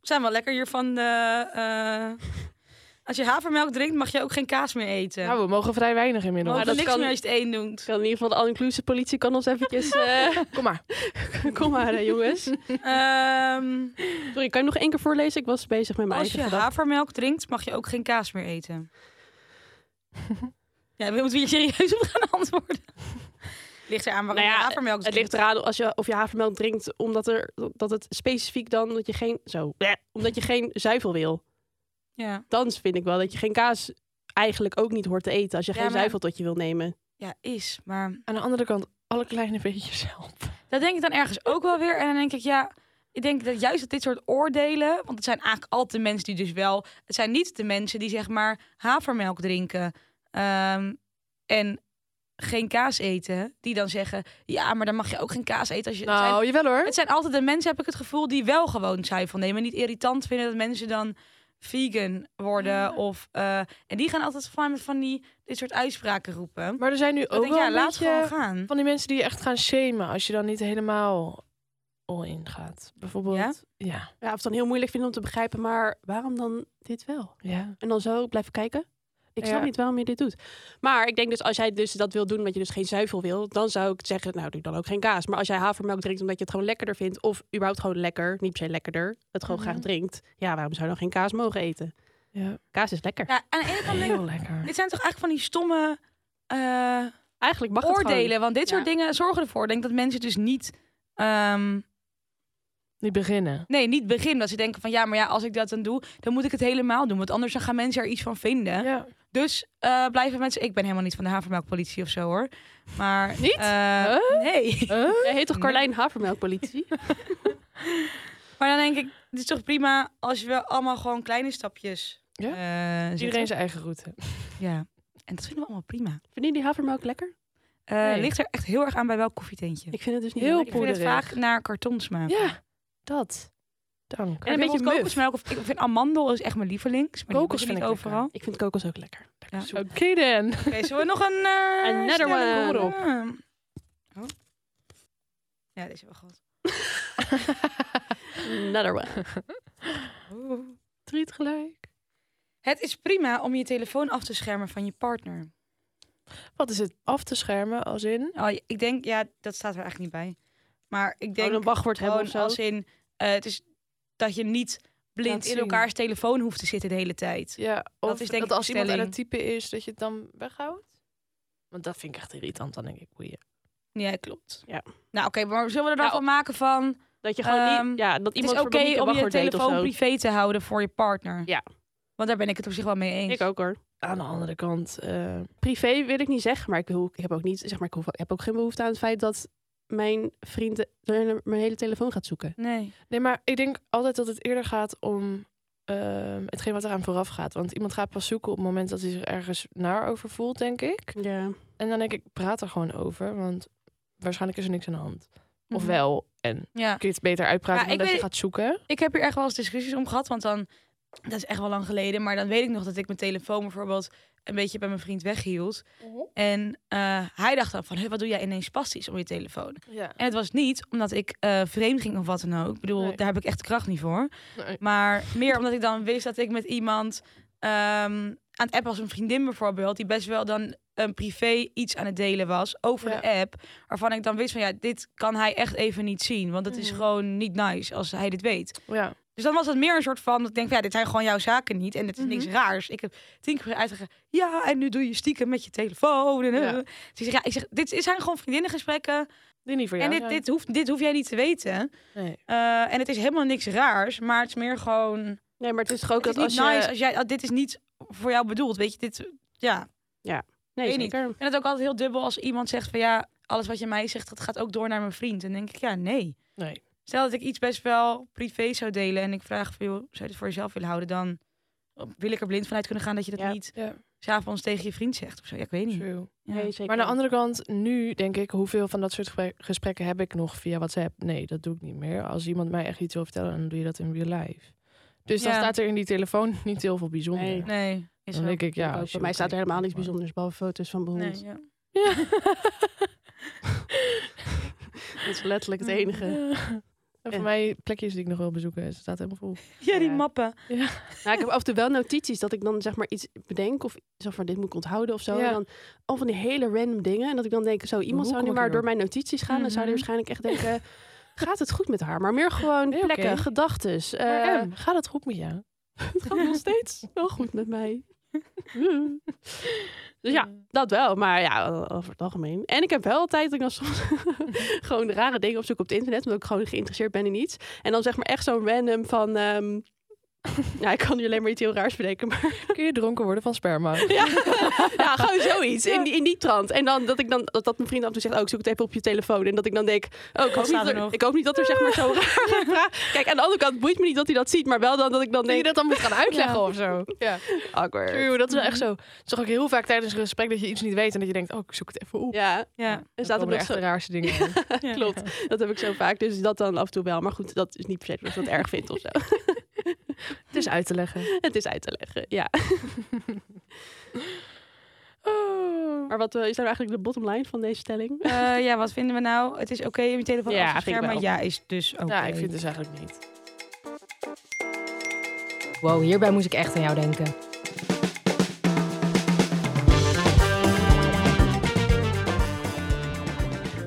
Speaker 2: We zijn wel lekker hier van de... eh, als je havermelk drinkt, mag je ook geen kaas meer eten.
Speaker 1: Nou, we mogen vrij weinig
Speaker 2: we
Speaker 1: inmiddels.
Speaker 2: mogen
Speaker 3: maar dat
Speaker 2: niks
Speaker 3: kan-
Speaker 2: meer als je het één doet.
Speaker 3: In ieder geval de all-inclusive politie kan ons eventjes... eh,
Speaker 1: Kom maar.
Speaker 3: kom maar, hè, jongens.
Speaker 2: Ehm,
Speaker 3: Sorry, kan je nog één keer voorlezen? Ik was bezig met mijn
Speaker 2: als
Speaker 3: eigen
Speaker 2: je
Speaker 3: gedachten.
Speaker 2: havermelk drinkt, mag je ook geen kaas meer eten. ja, we moeten hier serieus op gaan antwoorden. Ligt eraan waarom
Speaker 3: Nou ja,
Speaker 2: je havermelk
Speaker 3: Het
Speaker 2: drinkt.
Speaker 3: ligt eraan als je, of je havermelk drinkt, omdat er, dat het specifiek dan dat je geen, zo, bleh, omdat je geen zuivel wil.
Speaker 2: Ja.
Speaker 3: Dan vind ik wel dat je geen kaas eigenlijk ook niet hoort te eten als je
Speaker 2: Ja,
Speaker 3: geen
Speaker 2: maar-
Speaker 3: zuivel tot je wil nemen.
Speaker 2: ja, is. Maar
Speaker 1: Aan de andere kant, alle kleine beetjes helpen.
Speaker 2: dat denk ik dan ergens ook wel weer. En dan denk ik, ja, ik denk dat juist dat dit soort oordelen... Want het zijn eigenlijk altijd de mensen die dus wel... Het zijn niet de mensen die zeg maar havermelk drinken ehm, en geen kaas eten. Die dan zeggen, ja, maar dan mag je ook geen kaas eten. Als je, het zijn-
Speaker 1: Nou, jawel hoor.
Speaker 2: Het zijn altijd de mensen, heb ik het gevoel, die wel gewoon zuivel nemen. En niet irritant vinden dat mensen dan vegan worden. Of, eh, en die gaan altijd van, van die, dit soort uitspraken roepen.
Speaker 1: Maar er zijn nu
Speaker 2: Ik
Speaker 1: ook
Speaker 2: denk,
Speaker 1: wel
Speaker 2: ja,
Speaker 1: een
Speaker 2: laat
Speaker 1: beetje
Speaker 2: gewoon gaan.
Speaker 1: van die mensen die je echt gaan shamen als je dan niet helemaal all in gaat. Bijvoorbeeld.
Speaker 2: Ja?
Speaker 1: Ja.
Speaker 3: Ja, of het dan heel moeilijk vinden om te begrijpen, maar waarom dan dit wel?
Speaker 1: ja.
Speaker 3: En dan zo blijven kijken. Ik snap
Speaker 1: Ja.
Speaker 3: niet waarom je dit doet. Maar ik denk dus als jij dus dat wil doen, dat je dus geen zuivel wil, dan zou ik zeggen, nou doe dan ook geen kaas. Maar als jij havermelk drinkt omdat je het gewoon lekkerder vindt, of überhaupt gewoon lekker, niet per se lekkerder, het gewoon
Speaker 2: Mhm.
Speaker 3: graag drinkt, ja, waarom zou je dan geen kaas mogen eten?
Speaker 1: ja.
Speaker 3: Kaas is lekker.
Speaker 2: Ja, aan de ene kant denk ik,
Speaker 1: Heel lekker.
Speaker 2: dit zijn toch eigenlijk van die stomme eh,
Speaker 3: Eigenlijk mag het gewoon.
Speaker 2: oordelen. Want dit soort
Speaker 3: Ja.
Speaker 2: dingen zorgen ervoor, denk ik, dat mensen dus niet... ehm,
Speaker 1: Niet beginnen.
Speaker 2: nee, niet beginnen. Dat ze denken van, ja, maar ja, als ik dat dan doe, dan moet ik het helemaal doen. Want anders dan gaan mensen er iets van vinden.
Speaker 1: Ja.
Speaker 2: Dus eh, blijven mensen... Ik ben helemaal niet van de havermelkpolitie of zo, hoor. Maar...
Speaker 3: Niet?
Speaker 2: eh,
Speaker 1: Huh?
Speaker 2: Nee.
Speaker 3: Jij heet toch Carlijn Havermelkpolitie?
Speaker 2: Maar dan denk ik, het is toch prima als we allemaal gewoon kleine stapjes
Speaker 1: Ja.
Speaker 2: eh, zetten.
Speaker 1: Iedereen zijn eigen route.
Speaker 2: Ja. En dat vinden we allemaal prima.
Speaker 3: Vind je die havermelk lekker?
Speaker 2: Eh,
Speaker 1: Nee.
Speaker 2: Ligt er echt heel erg aan bij welk koffietentje. Ik
Speaker 3: Ik vind het dus niet
Speaker 1: Heel
Speaker 3: lekker.
Speaker 2: vind het
Speaker 1: poederig.
Speaker 2: vaak naar karton smaken.
Speaker 1: Ja, dat. Dank.
Speaker 2: En een beetje kokosmelk. Of, ik vind amandel is echt mijn lievelings. Maar die hebben
Speaker 1: Kokos
Speaker 2: ze
Speaker 1: vind
Speaker 2: niet
Speaker 1: ik
Speaker 2: overal.
Speaker 3: Ik vind kokos ook lekker.
Speaker 2: Ja.
Speaker 1: Oké dan.
Speaker 2: Oké, zullen we nog een... eh,
Speaker 3: Another
Speaker 2: snelle
Speaker 3: one.
Speaker 2: horen op? Oh. Ja, deze hebben we gehad.
Speaker 3: Another one.
Speaker 1: Triet Oh. gelijk.
Speaker 2: Het is prima om je telefoon af te schermen van je partner.
Speaker 1: Wat is het af te schermen als in?
Speaker 2: Oh, ik denk, ja, dat staat er eigenlijk niet bij. Maar
Speaker 1: Oh,
Speaker 2: ik denk...
Speaker 3: Gewoon een wachtwoord hebben
Speaker 2: Gewoon
Speaker 3: of zo.
Speaker 2: als in, eh, het is dat je niet blind
Speaker 1: Laat
Speaker 2: in
Speaker 1: zien.
Speaker 2: elkaars telefoon hoeft te zitten de hele tijd.
Speaker 1: Ja, of dat,
Speaker 2: is denk ik de
Speaker 1: als iemand aan
Speaker 2: stelling.
Speaker 1: het typen is, dat je het dan weghoudt? Want dat vind ik echt irritant, dan denk ik. Oei.
Speaker 2: Ja, klopt.
Speaker 3: Ja.
Speaker 2: Nou, oké, maar zullen we er dan
Speaker 3: Nou,
Speaker 2: van maken van...
Speaker 3: Dat je gewoon
Speaker 2: Ehm,
Speaker 3: niet... Ja, dat
Speaker 2: het is
Speaker 3: iemand voor
Speaker 2: oké
Speaker 3: Dominique
Speaker 2: om je
Speaker 3: wachtwoord weet of
Speaker 2: telefoon
Speaker 3: zo.
Speaker 2: privé te houden voor je partner.
Speaker 3: Ja.
Speaker 2: Want daar ben ik het op zich wel mee eens.
Speaker 3: Ik ook hoor.
Speaker 1: Aan de andere kant, eh,
Speaker 3: privé wil ik niet zeggen, maar ik, bedoel, ik heb ook niet, zeg maar, ik hoef- heb ook geen behoefte aan het feit dat mijn vriend de- de- mijn hele telefoon gaat zoeken.
Speaker 2: Nee.
Speaker 1: Nee, maar ik denk altijd dat het eerder gaat om ehm, hetgeen wat eraan vooraf gaat. Want iemand gaat pas zoeken op het moment dat hij zich ergens naar over voelt, denk ik.
Speaker 3: Ja.
Speaker 1: En dan denk ik, praat er gewoon over, want waarschijnlijk is er niks aan de hand. Of
Speaker 2: Mhm.
Speaker 1: wel, en kun
Speaker 2: Ja.
Speaker 1: je het beter uitpraten
Speaker 2: Ja,
Speaker 1: dan
Speaker 2: ik
Speaker 1: dat je
Speaker 2: weet-
Speaker 1: gaat zoeken.
Speaker 2: Ik heb hier echt wel eens discussies om gehad, want dan... Dat is echt wel lang geleden, maar dan weet ik nog dat ik mijn telefoon bijvoorbeeld een beetje bij mijn vriend weghield.
Speaker 3: Mhm.
Speaker 2: En eh, hij dacht dan van, "Huh, wat doe jij ineens spastisch om je telefoon?
Speaker 1: Ja.
Speaker 2: En het was niet omdat ik eh, vreemd ging of wat dan ook. Ik bedoel,
Speaker 1: Nee.
Speaker 2: daar heb ik echt de kracht niet voor. Maar meer omdat ik dan wist dat ik met iemand ehm, aan het appen was, een vriendin bijvoorbeeld, die best wel dan een privé iets aan het delen was over
Speaker 1: Ja.
Speaker 2: de app, waarvan ik dan wist van ja, dit kan hij echt even niet zien, want het is
Speaker 1: Mhm.
Speaker 2: gewoon niet nice als hij dit weet.
Speaker 1: Ja.
Speaker 2: Dus dan was dat meer een soort van, dat ik denk van ja, dit zijn gewoon jouw zaken niet en het is
Speaker 1: Mhm.
Speaker 2: niks raars. Ik heb tien keer uitgelegd, ja, en nu doe je stiekem met je telefoon. En, eh.
Speaker 1: Ja.
Speaker 2: Dus ik zeg, ja, ik zeg, dit zijn gewoon vriendinnengesprekken
Speaker 1: Die niet voor
Speaker 2: en
Speaker 1: jou
Speaker 2: dit,
Speaker 1: zijn.
Speaker 2: dit, hoeft, dit hoef jij niet te weten.
Speaker 1: Nee.
Speaker 2: Eh, en het is helemaal niks raars, maar het is meer gewoon...
Speaker 3: Nee, maar het eh, is toch ook
Speaker 2: Het
Speaker 3: dat
Speaker 2: is
Speaker 3: als
Speaker 2: niet
Speaker 3: je...
Speaker 2: nice als jij... ah, dit is niet voor jou bedoeld, weet je. Dit, ja.
Speaker 3: nee,
Speaker 2: weet je niet.
Speaker 3: zeker.
Speaker 2: Ik vind het ook altijd heel dubbel als iemand zegt van... ja, alles wat je mij zegt, dat gaat ook door naar mijn vriend. En dan denk ik, ja, nee.
Speaker 1: Nee.
Speaker 2: Stel dat ik iets best wel privé zou delen... en ik vraag van, joh, zou je dit voor jezelf willen houden? Dan wil ik er blind vanuit kunnen gaan dat je dat
Speaker 3: Ja.
Speaker 2: niet...
Speaker 1: Ja.
Speaker 2: s'avonds tegen je vriend zegt of zo. Ja, ik weet niet.
Speaker 1: True.
Speaker 2: Ja.
Speaker 3: Nee, zeker.
Speaker 1: Maar aan de andere kant, nu denk ik, hoeveel van dat soort gespre- gesprekken heb ik nog via WhatsApp? Nee, dat doe ik niet meer. Als iemand mij echt iets wil vertellen, dan doe je dat in real life. Dus dan
Speaker 2: Ja.
Speaker 1: staat er in die telefoon niet heel veel bijzonder.
Speaker 3: Nee.
Speaker 2: Nee, is
Speaker 1: Dan
Speaker 2: ook.
Speaker 1: denk ik, ja.
Speaker 3: Ook,
Speaker 1: als je
Speaker 3: bij mij
Speaker 1: ook
Speaker 3: staat er
Speaker 1: kijkt,
Speaker 3: helemaal niks
Speaker 1: maar-
Speaker 3: bijzonders, behalve foto's van
Speaker 2: Nee,
Speaker 3: bijvoorbeeld.
Speaker 2: ja.
Speaker 3: Dat is letterlijk het enige.
Speaker 1: En
Speaker 3: Ja.
Speaker 1: voor mij plekjes die ik nog wil bezoeken, het staat helemaal vol.
Speaker 2: ja, die
Speaker 3: Ja.
Speaker 2: mappen.
Speaker 3: Nou, ik heb af en toe wel notities dat ik dan zeg maar iets bedenk of zeg maar dit moet ik onthouden of zo.
Speaker 1: Ja.
Speaker 3: En dan al van die hele random dingen. En dat ik dan denk, zo iemand
Speaker 1: Hoe
Speaker 3: zou
Speaker 1: kom
Speaker 3: nu
Speaker 1: ik
Speaker 3: maar
Speaker 1: hierop?
Speaker 3: door mijn notities gaan. Dan zou die
Speaker 2: Mhm.
Speaker 3: waarschijnlijk echt denken, gaat het goed met haar? Maar meer gewoon
Speaker 1: Nee, oké.
Speaker 3: plekken, gedachtes.
Speaker 1: Maar
Speaker 3: eh,
Speaker 1: Em, gaat het goed met jou?
Speaker 3: het gaat nog steeds wel goed met mij. Dus ja, dat wel. Maar ja, over het algemeen. En ik heb wel tijd dat ik dan soms gewoon rare dingen opzoek op het internet. Omdat ik gewoon geïnteresseerd ben in iets. En dan zeg maar echt zo'n random van... ehm, ja, ik kan nu alleen maar iets heel raars bedenken. Maar
Speaker 1: Kun je dronken worden van sperma?
Speaker 3: ja, ja, gewoon zoiets. In die, in die trant. En dan dat ik dan dat, dat mijn vriend af en toe zegt, oh, ik zoek het even op je telefoon. En dat ik dan denk, oh, ik hoop, niet
Speaker 2: staat
Speaker 3: dat,
Speaker 2: er
Speaker 3: er-
Speaker 2: nog?
Speaker 3: ik hoop niet dat er zeg maar zo'n rare vraag... Kijk, aan de andere kant boeit me niet dat hij dat ziet. Maar wel dan dat ik dan
Speaker 1: Dat je
Speaker 3: denk,
Speaker 1: dat dan moet gaan uitleggen of zo. Ja.
Speaker 3: awkward.
Speaker 1: Eeuw, dat is wel echt zo. Het is toch ook heel vaak tijdens een gesprek dat je iets niet weet en dat je denkt, oh, ik zoek het even op.
Speaker 3: Ja,
Speaker 2: Ja,
Speaker 3: er staat er
Speaker 1: komen
Speaker 3: nog
Speaker 1: echt
Speaker 3: zo...
Speaker 1: de raarste dingen. in.
Speaker 2: ja.
Speaker 3: Klopt, dat heb ik zo vaak. Dus dat dan af en toe wel. Maar goed, dat is niet per se dat ik dat erg vind of zo.
Speaker 1: Het is uit te leggen.
Speaker 3: Het is uit te leggen, ja.
Speaker 1: Oh.
Speaker 3: Maar wat eh, is nou eigenlijk de bottom line van deze stelling?
Speaker 2: Eh, ja, wat vinden we nou? Het is oké om je telefoon
Speaker 3: Ja,
Speaker 2: af te
Speaker 3: vind ik
Speaker 2: schermen.
Speaker 3: wel.
Speaker 2: Ja, is dus oké.
Speaker 1: Ja, ik vind het dus eigenlijk niet.
Speaker 5: Wow, hierbij moest ik echt aan jou denken.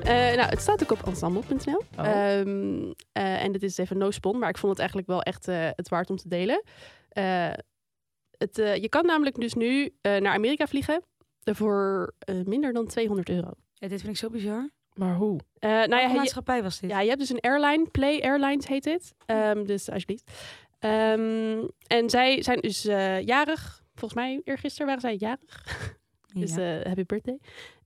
Speaker 3: Eh, nou, het staat ook op ensemble.nl.
Speaker 1: Oh.
Speaker 3: Ehm, eh, en dit is even no spon, maar ik vond het eigenlijk wel echt eh, het waard om te delen. Eh, het, eh, je kan namelijk dus nu eh, naar Amerika vliegen voor eh, minder dan 200 euro.
Speaker 2: Ja, dit vind ik zo bizar.
Speaker 1: Maar hoe?
Speaker 3: Eh, nou ja,
Speaker 2: Welke
Speaker 3: je-
Speaker 2: maatschappij was dit?
Speaker 3: Ja, je hebt dus een airline, Play Airlines heet dit.
Speaker 2: Oh.
Speaker 3: Ehm, dus alsjeblieft. Ehm, en zij zijn dus eh, jarig. Volgens mij eergisteren waren zij jarig. Dus
Speaker 2: Ja.
Speaker 3: eh, happy birthday.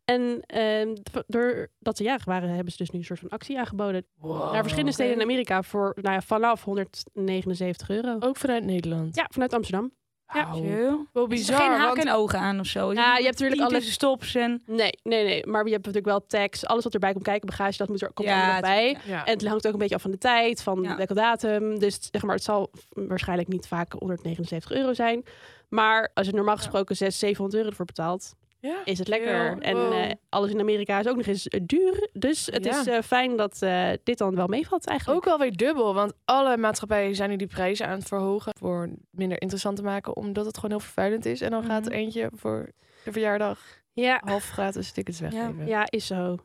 Speaker 3: En ehm, d- doordat ze jarig waren, hebben ze dus nu een soort van actie aangeboden.
Speaker 2: Oh,
Speaker 3: naar verschillende steden in Amerika voor nou ja, vanaf 179 euro.
Speaker 2: Oh.
Speaker 1: Ook vanuit Nederland.
Speaker 3: Ja, vanuit Amsterdam. ja.
Speaker 1: Wauw.
Speaker 2: Chill.
Speaker 1: Wel
Speaker 2: Is er
Speaker 1: bizar.
Speaker 2: geen haken
Speaker 1: want-
Speaker 2: en ogen aan of zo.
Speaker 3: eh, Ja, je hebt natuurlijk alle-
Speaker 2: alle stops en...
Speaker 3: Nee, nee, nee. Maar je hebt natuurlijk wel tax. Alles wat erbij komt kijken, bagage, dat moet er, komt er
Speaker 2: Ja,
Speaker 3: allemaal nog bij.
Speaker 2: tuurlijk,
Speaker 1: Ja.
Speaker 3: En het hangt ook een beetje af van de tijd, van
Speaker 2: Ja.
Speaker 3: welke datum. Dus zeg maar, het zal waarschijnlijk niet vaak 179 euro zijn. Maar als je normaal gesproken 600, 700 euro ervoor betaalt,
Speaker 1: Ja.
Speaker 3: is het lekker.
Speaker 1: Ja,
Speaker 3: En
Speaker 1: wow.
Speaker 3: eh, alles in Amerika is ook nog eens eh, duur. Dus het
Speaker 1: Ja.
Speaker 3: is eh, fijn dat eh, dit dan wel meevalt eigenlijk.
Speaker 1: Ook wel weer dubbel, want alle maatschappijen zijn nu die prijzen aan het verhogen voor minder interessant te maken, omdat het gewoon heel vervuilend is. En dan gaat
Speaker 2: Mhm.
Speaker 1: eentje voor de verjaardag
Speaker 3: Ja,
Speaker 1: half gratis tickets weggeven.
Speaker 3: ja, is zo.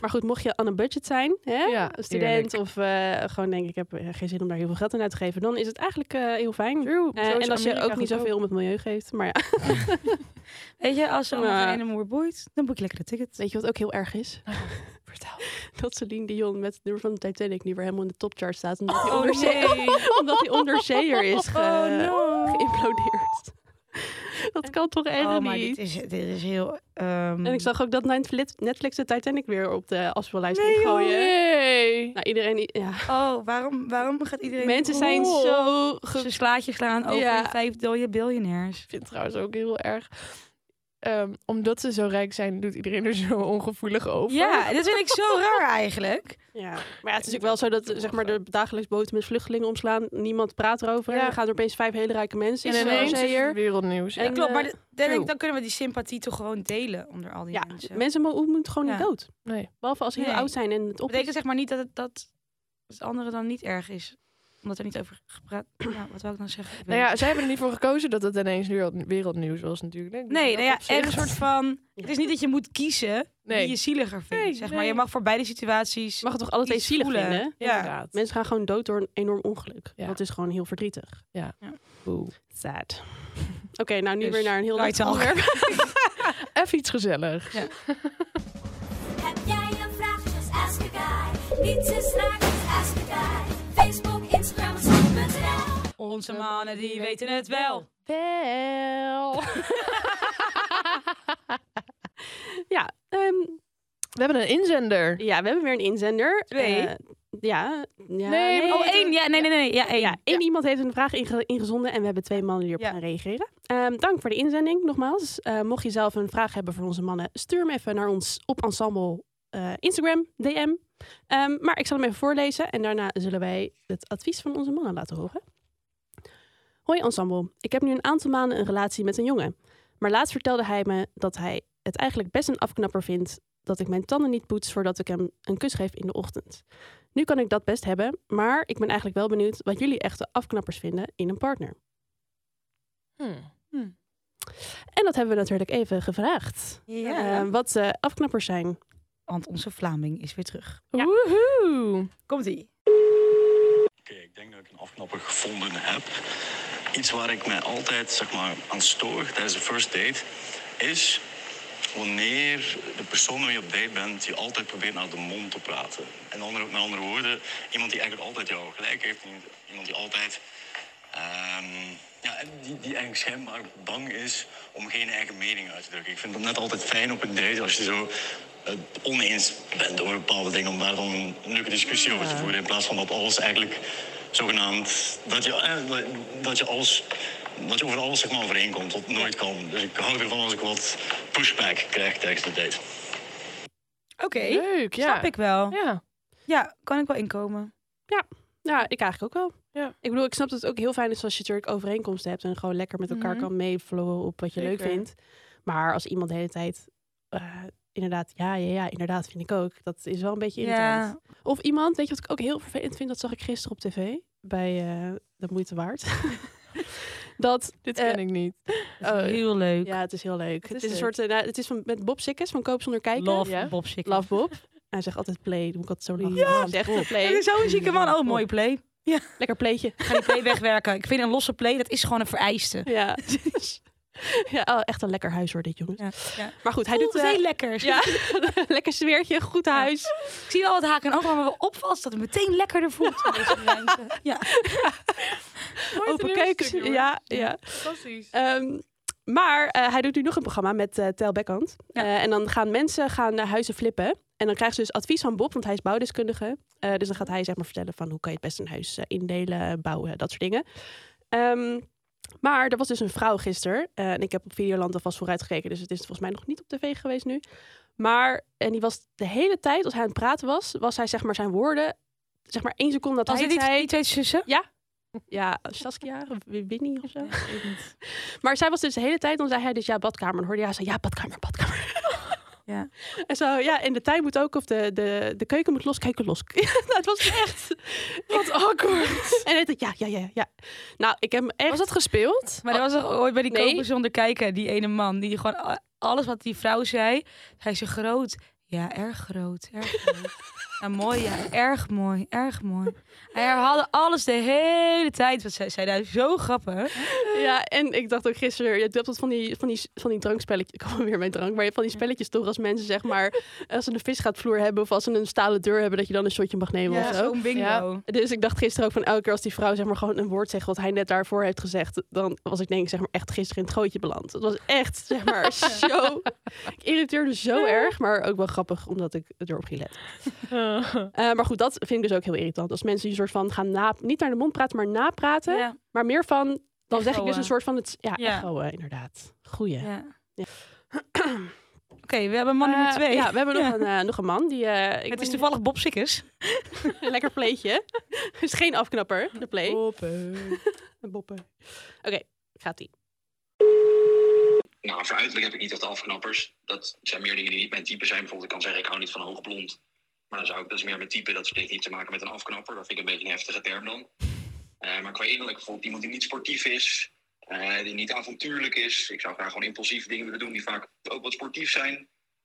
Speaker 3: Maar goed, mocht je aan een budget zijn, hè?
Speaker 1: Ja,
Speaker 3: een student of eh, gewoon denk ik, ik heb eh, geen zin om daar heel veel geld aan uit te geven, dan is het eigenlijk eh, heel fijn.
Speaker 1: True.
Speaker 3: Eh,
Speaker 1: Zo is
Speaker 3: en als je
Speaker 1: Amerika
Speaker 3: ook niet
Speaker 1: goedkoop.
Speaker 3: zoveel om het milieu geeft. Maar ja,
Speaker 2: Weet je, als ze allemaal
Speaker 3: Maar-
Speaker 2: geen ene moer boeit, dan boek ik lekker een ticket.
Speaker 3: weet je wat ook heel erg is?
Speaker 1: Vertel.
Speaker 3: dat Celine Dion met het nummer van de Titanic nu weer helemaal in de topchart staat. Omdat hij,
Speaker 2: Oh,
Speaker 3: onderzee-
Speaker 2: nee.
Speaker 3: omdat hij onderzeeër is ge-
Speaker 2: Oh, no.
Speaker 3: geïmplodeerd. Dat kan toch echt
Speaker 2: Oh, maar
Speaker 3: niet?
Speaker 2: dit is, dit is heel... ehm,
Speaker 3: En ik zag ook dat Netflix- Netflix de Titanic weer op de afspeellijst
Speaker 2: Nee,
Speaker 3: ging
Speaker 2: joh.
Speaker 3: gooien.
Speaker 1: Yay.
Speaker 3: Nou, iedereen... Ja.
Speaker 2: Oh, waarom, waarom gaat iedereen...
Speaker 3: Mensen zijn
Speaker 2: Oh.
Speaker 3: zo...
Speaker 2: Ze slaat je slaan over
Speaker 3: Ja.
Speaker 2: de vijf dode biljonairs.
Speaker 1: Ik vind het trouwens ook heel erg. ehm, omdat ze zo rijk zijn, doet iedereen er zo ongevoelig over.
Speaker 2: Ja, dat vind ik zo raar eigenlijk.
Speaker 3: Ja. Maar ja, het is natuurlijk wel zo dat zeg maar, de dagelijks boten met vluchtelingen omslaan. Niemand praat erover.
Speaker 1: Ja.
Speaker 3: En dan gaan er opeens vijf hele rijke mensen.
Speaker 1: En
Speaker 3: in een
Speaker 1: ineens is
Speaker 3: onderzeeër.
Speaker 1: het wereldnieuws.
Speaker 3: En-
Speaker 1: Ja.
Speaker 2: Klopt, maar
Speaker 3: eh,
Speaker 2: d- dan, denk
Speaker 1: true.
Speaker 2: ik, dan kunnen we die sympathie toch gewoon delen onder al die
Speaker 3: Ja,
Speaker 2: mensen.
Speaker 3: mensen mo- moeten gewoon
Speaker 2: Ja.
Speaker 3: niet dood.
Speaker 1: Nee.
Speaker 3: Behalve als ze heel
Speaker 2: Nee.
Speaker 3: oud zijn en het op
Speaker 2: betekent zeg maar niet dat het, dat het andere dan niet erg is. Omdat er niet over gepraat... Nou, wat wil ik nou zeggen? Ik weet
Speaker 1: Nou ja,
Speaker 2: het.
Speaker 1: zij hebben er niet voor gekozen dat het ineens wereld- wereldnieuws was natuurlijk. Ik denk
Speaker 2: nee,
Speaker 1: dat
Speaker 2: nou ja,
Speaker 1: op zich-
Speaker 2: en een soort van... Het is niet dat je moet kiezen
Speaker 1: Nee.
Speaker 2: wie je zieliger vindt,
Speaker 1: Nee,
Speaker 2: zeg
Speaker 1: nee.
Speaker 2: maar. Je mag voor beide situaties...
Speaker 3: Je mag het toch alle twee
Speaker 2: iets
Speaker 3: zielig
Speaker 2: voelen.
Speaker 3: vinden? hè?
Speaker 2: Ja.
Speaker 1: Inderdaad.
Speaker 3: Mensen gaan gewoon dood door een enorm ongeluk.
Speaker 1: Ja.
Speaker 3: Dat is gewoon heel verdrietig.
Speaker 1: Oeh.
Speaker 3: Sad. Oké, nou nu
Speaker 2: Dus,
Speaker 3: weer naar een heel leuk
Speaker 2: right on.
Speaker 3: onderwerp.
Speaker 1: Even iets gezelligs.
Speaker 6: Heb jij een vraag? Just ask a guy. Niets is raar, just ask a guy. Facebook, Instagram, en Snap.nl.
Speaker 2: Onze mannen, die weten het wel.
Speaker 3: Wel. ja, ehm,
Speaker 1: We hebben een inzender.
Speaker 3: ja, we hebben weer een inzender.
Speaker 2: Twee?
Speaker 3: Eh, ja, ja.
Speaker 1: Nee,
Speaker 2: Oh, één. Ja, nee, nee, nee. Ja, één.
Speaker 3: Ja, één iemand heeft een vraag inge- ingezonden en we hebben twee mannen hierop
Speaker 2: Ja.
Speaker 3: gaan reageren. Ehm, dank voor de inzending nogmaals. Eh, mocht je zelf een vraag hebben voor onze mannen, stuur hem even naar ons op Ensemble eh, Instagram, DM. Ehm, maar ik zal hem even voorlezen en daarna zullen wij het advies van onze mannen laten horen. Hoi Ensemble, ik heb nu een aantal maanden een relatie met een jongen. Maar laatst vertelde hij me dat hij het eigenlijk best een afknapper vindt dat ik mijn tanden niet poets voordat ik hem een kus geef in de ochtend. Nu kan ik dat best hebben, maar ik ben eigenlijk wel benieuwd wat jullie echte afknappers vinden in een partner.
Speaker 1: Hm.
Speaker 3: En dat hebben we natuurlijk even gevraagd. Eh, wat eh, afknappers zijn.
Speaker 2: Want onze Vlaming is weer terug.
Speaker 3: Ja.
Speaker 1: Woehoe.
Speaker 2: Komt-ie.
Speaker 7: Oké, ik denk dat ik een afknapper gevonden heb. iets waar ik mij altijd zeg maar, aan stoor tijdens de first date is wanneer de persoon waarmee je op date bent, je altijd probeert naar de mond te praten. En andere, met andere woorden, iemand die eigenlijk altijd jou gelijk heeft, iemand die altijd Ehm, ja, en die, die eigenlijk schijnbaar bang is om geen eigen mening uit te drukken. Ik vind het net altijd fijn op een date als je zo het oneens bent over bepaalde dingen, om daar dan een leuke discussie over te voeren. In plaats van dat alles eigenlijk zogenaamd. dat je, eh, dat- dat je, alles, dat je over alles zeg maar, overeenkomt, tot nooit kan. Dus ik hou ervan als ik wat pushback krijg tijdens de date.
Speaker 2: Oké,
Speaker 1: Leuk, ja.
Speaker 2: snap ik wel. Ja.
Speaker 1: Ja.
Speaker 2: kan ik wel inkomen.
Speaker 3: Ja, ik eigenlijk ook wel.
Speaker 1: Ja.
Speaker 3: Ik bedoel, ik snap dat het ook heel fijn is als je natuurlijk overeenkomsten hebt en gewoon lekker met elkaar
Speaker 2: Mhm.
Speaker 3: kan meevloeien op wat je leuk
Speaker 1: Zeker.
Speaker 3: vindt. Maar als iemand de hele tijd eh, inderdaad, ja, ja, ja, inderdaad vind ik ook. Dat is wel een beetje irritant.
Speaker 2: Ja,
Speaker 3: Of iemand, weet je wat ik ook heel vervelend vind, dat zag ik gisteren op tv bij eh, De Moeite Waard. dat,
Speaker 1: Dit
Speaker 3: Eh,
Speaker 1: ken ik niet.
Speaker 2: dat is
Speaker 1: Oh.
Speaker 2: heel leuk.
Speaker 3: ja, het is heel leuk.
Speaker 1: is
Speaker 3: Het is een
Speaker 1: leuk.
Speaker 3: soort, eh, nou, het is van, met Bob Sikkes van Koop Zonder Kijken.
Speaker 2: Love
Speaker 1: Ja.
Speaker 2: Bob Sikker.
Speaker 3: Love Bob. Hij zegt altijd play, dan moet ik altijd zo lachen.
Speaker 2: Ja,
Speaker 3: Hij zegt echt een
Speaker 2: Dat
Speaker 3: play.
Speaker 2: is Zo'n zieke man. Oh, mooie play.
Speaker 3: Lekker pleetje.
Speaker 2: Ik ga die play wegwerken. Ik vind een losse play, dat is gewoon een vereiste.
Speaker 3: Ja. ja, oh, echt een lekker huis hoor dit jongens.
Speaker 2: Ja. Ja.
Speaker 3: Maar goed, hij
Speaker 2: Hij doet
Speaker 3: doet...
Speaker 2: het
Speaker 3: eh,
Speaker 2: heel lekker.
Speaker 3: ja, lekker sfeertje, goed huis.
Speaker 2: Ik zie wel wat haken en ogen waar we op vast dat het meteen lekkerder voelt. Deze ruimte. ja.
Speaker 3: Open keukens. Ja, ja.
Speaker 1: Fantastisch.
Speaker 3: Ehm, maar eh, hij doet nu nog een programma met eh Tel Beckhand.
Speaker 2: Ja.
Speaker 3: Eh, en dan gaan mensen gaan naar huizen flippen. En dan krijgen ze dus advies van Bob, want hij is bouwdeskundige. Eh, dus dan gaat hij zeg maar vertellen van hoe kan je het best een huis eh, indelen, bouwen, dat soort dingen. Ehm, maar er was dus een vrouw gisteren. eh, en ik heb op Videoland alvast vooruit gekeken. Dus het is volgens mij nog niet op tv geweest nu. Maar, en die was de hele tijd, als hij aan het praten was, was hij zeg maar zijn woorden... Zeg maar één seconde dat
Speaker 2: Als
Speaker 3: hij
Speaker 2: dit
Speaker 3: het
Speaker 2: niet
Speaker 3: zei...
Speaker 2: die twee zussen?
Speaker 3: Ja, Saskia of Winnie of zo. Maar zij was dus de hele tijd, dan zei hij dus ja, badkamer. Dan hoorde hij haar zo, ja, badkamer, badkamer.
Speaker 2: Ja.
Speaker 3: En zo, ja, en de tuin moet ook, of de, de, de keuken moet los, keuken los. nou, het was echt... Wat awkward. En hij dacht, ja, ja, ja, ja. Nou, ik heb hem echt...
Speaker 1: Was dat gespeeld?
Speaker 2: Maar er was er ooit bij die
Speaker 3: Ah, Nee.
Speaker 2: kopen zonder kijken, die ene man, die gewoon a- alles wat die vrouw zei, hij zo groot. Ja, erg groot, erg groot. Ja, mooi, ja, erg mooi, erg mooi. Hij herhaalde alles de hele tijd, wat zij zei daar zo grappig.
Speaker 3: Ja, en ik dacht ook gisteren, je hebt dat van die, van die, van die drankspelletjes, ik kom weer mijn drank, maar je hebt van die spelletjes toch als mensen zeg maar, als ze een visgraatvloer hebben of als ze een stalen deur hebben, dat je dan een shotje mag nemen of zo.
Speaker 2: zo'n bingo.
Speaker 3: Dus ik dacht gisteren ook van elke keer als die vrouw zeg maar gewoon een woord zegt wat hij net daarvoor heeft gezegd, dan was ik denk ik zeg maar echt gisteren in het gootje beland. Het was echt zeg maar zo. Ik irriteerde zo erg, maar ook wel grappig omdat ik erop ging letten. Eh, maar goed, dat vind ik dus ook heel irritant als mensen die soort van gaan na, niet naar de mond praten, maar napraten,
Speaker 2: Ja,
Speaker 3: maar meer van dan zeg ik dus
Speaker 2: Echoën.
Speaker 3: een soort van het ja,
Speaker 2: Ja.
Speaker 3: echoën, inderdaad. Goeie.
Speaker 2: ja. Oké, we hebben man nummer
Speaker 3: Eh,
Speaker 2: twee.
Speaker 3: ja, we hebben
Speaker 2: Ja.
Speaker 3: nog, een, eh, nog een man die. eh, ik
Speaker 2: Het
Speaker 3: weet
Speaker 2: is
Speaker 3: niet-
Speaker 2: toevallig Bob Sikkers.
Speaker 3: een lekker pleetje. is geen afknapper, de
Speaker 1: Eh.
Speaker 3: play. Een boppen. Oké, gaat ie.
Speaker 7: Nou, voor uiterlijk heb ik niet echt afknappers. Dat zijn meer dingen die niet mijn type zijn. Bijvoorbeeld, ik kan zeggen, ik hou niet van hoog blond. Maar dan zou ik, dat is meer mijn type. Dat heeft niet te maken met een afknapper. Dat vind ik een beetje een heftige term dan. Eh, maar qua innerlijk, bijvoorbeeld iemand die niet sportief is. eh, die niet avontuurlijk is. Ik zou graag gewoon impulsief dingen willen doen die vaak ook wat sportief zijn.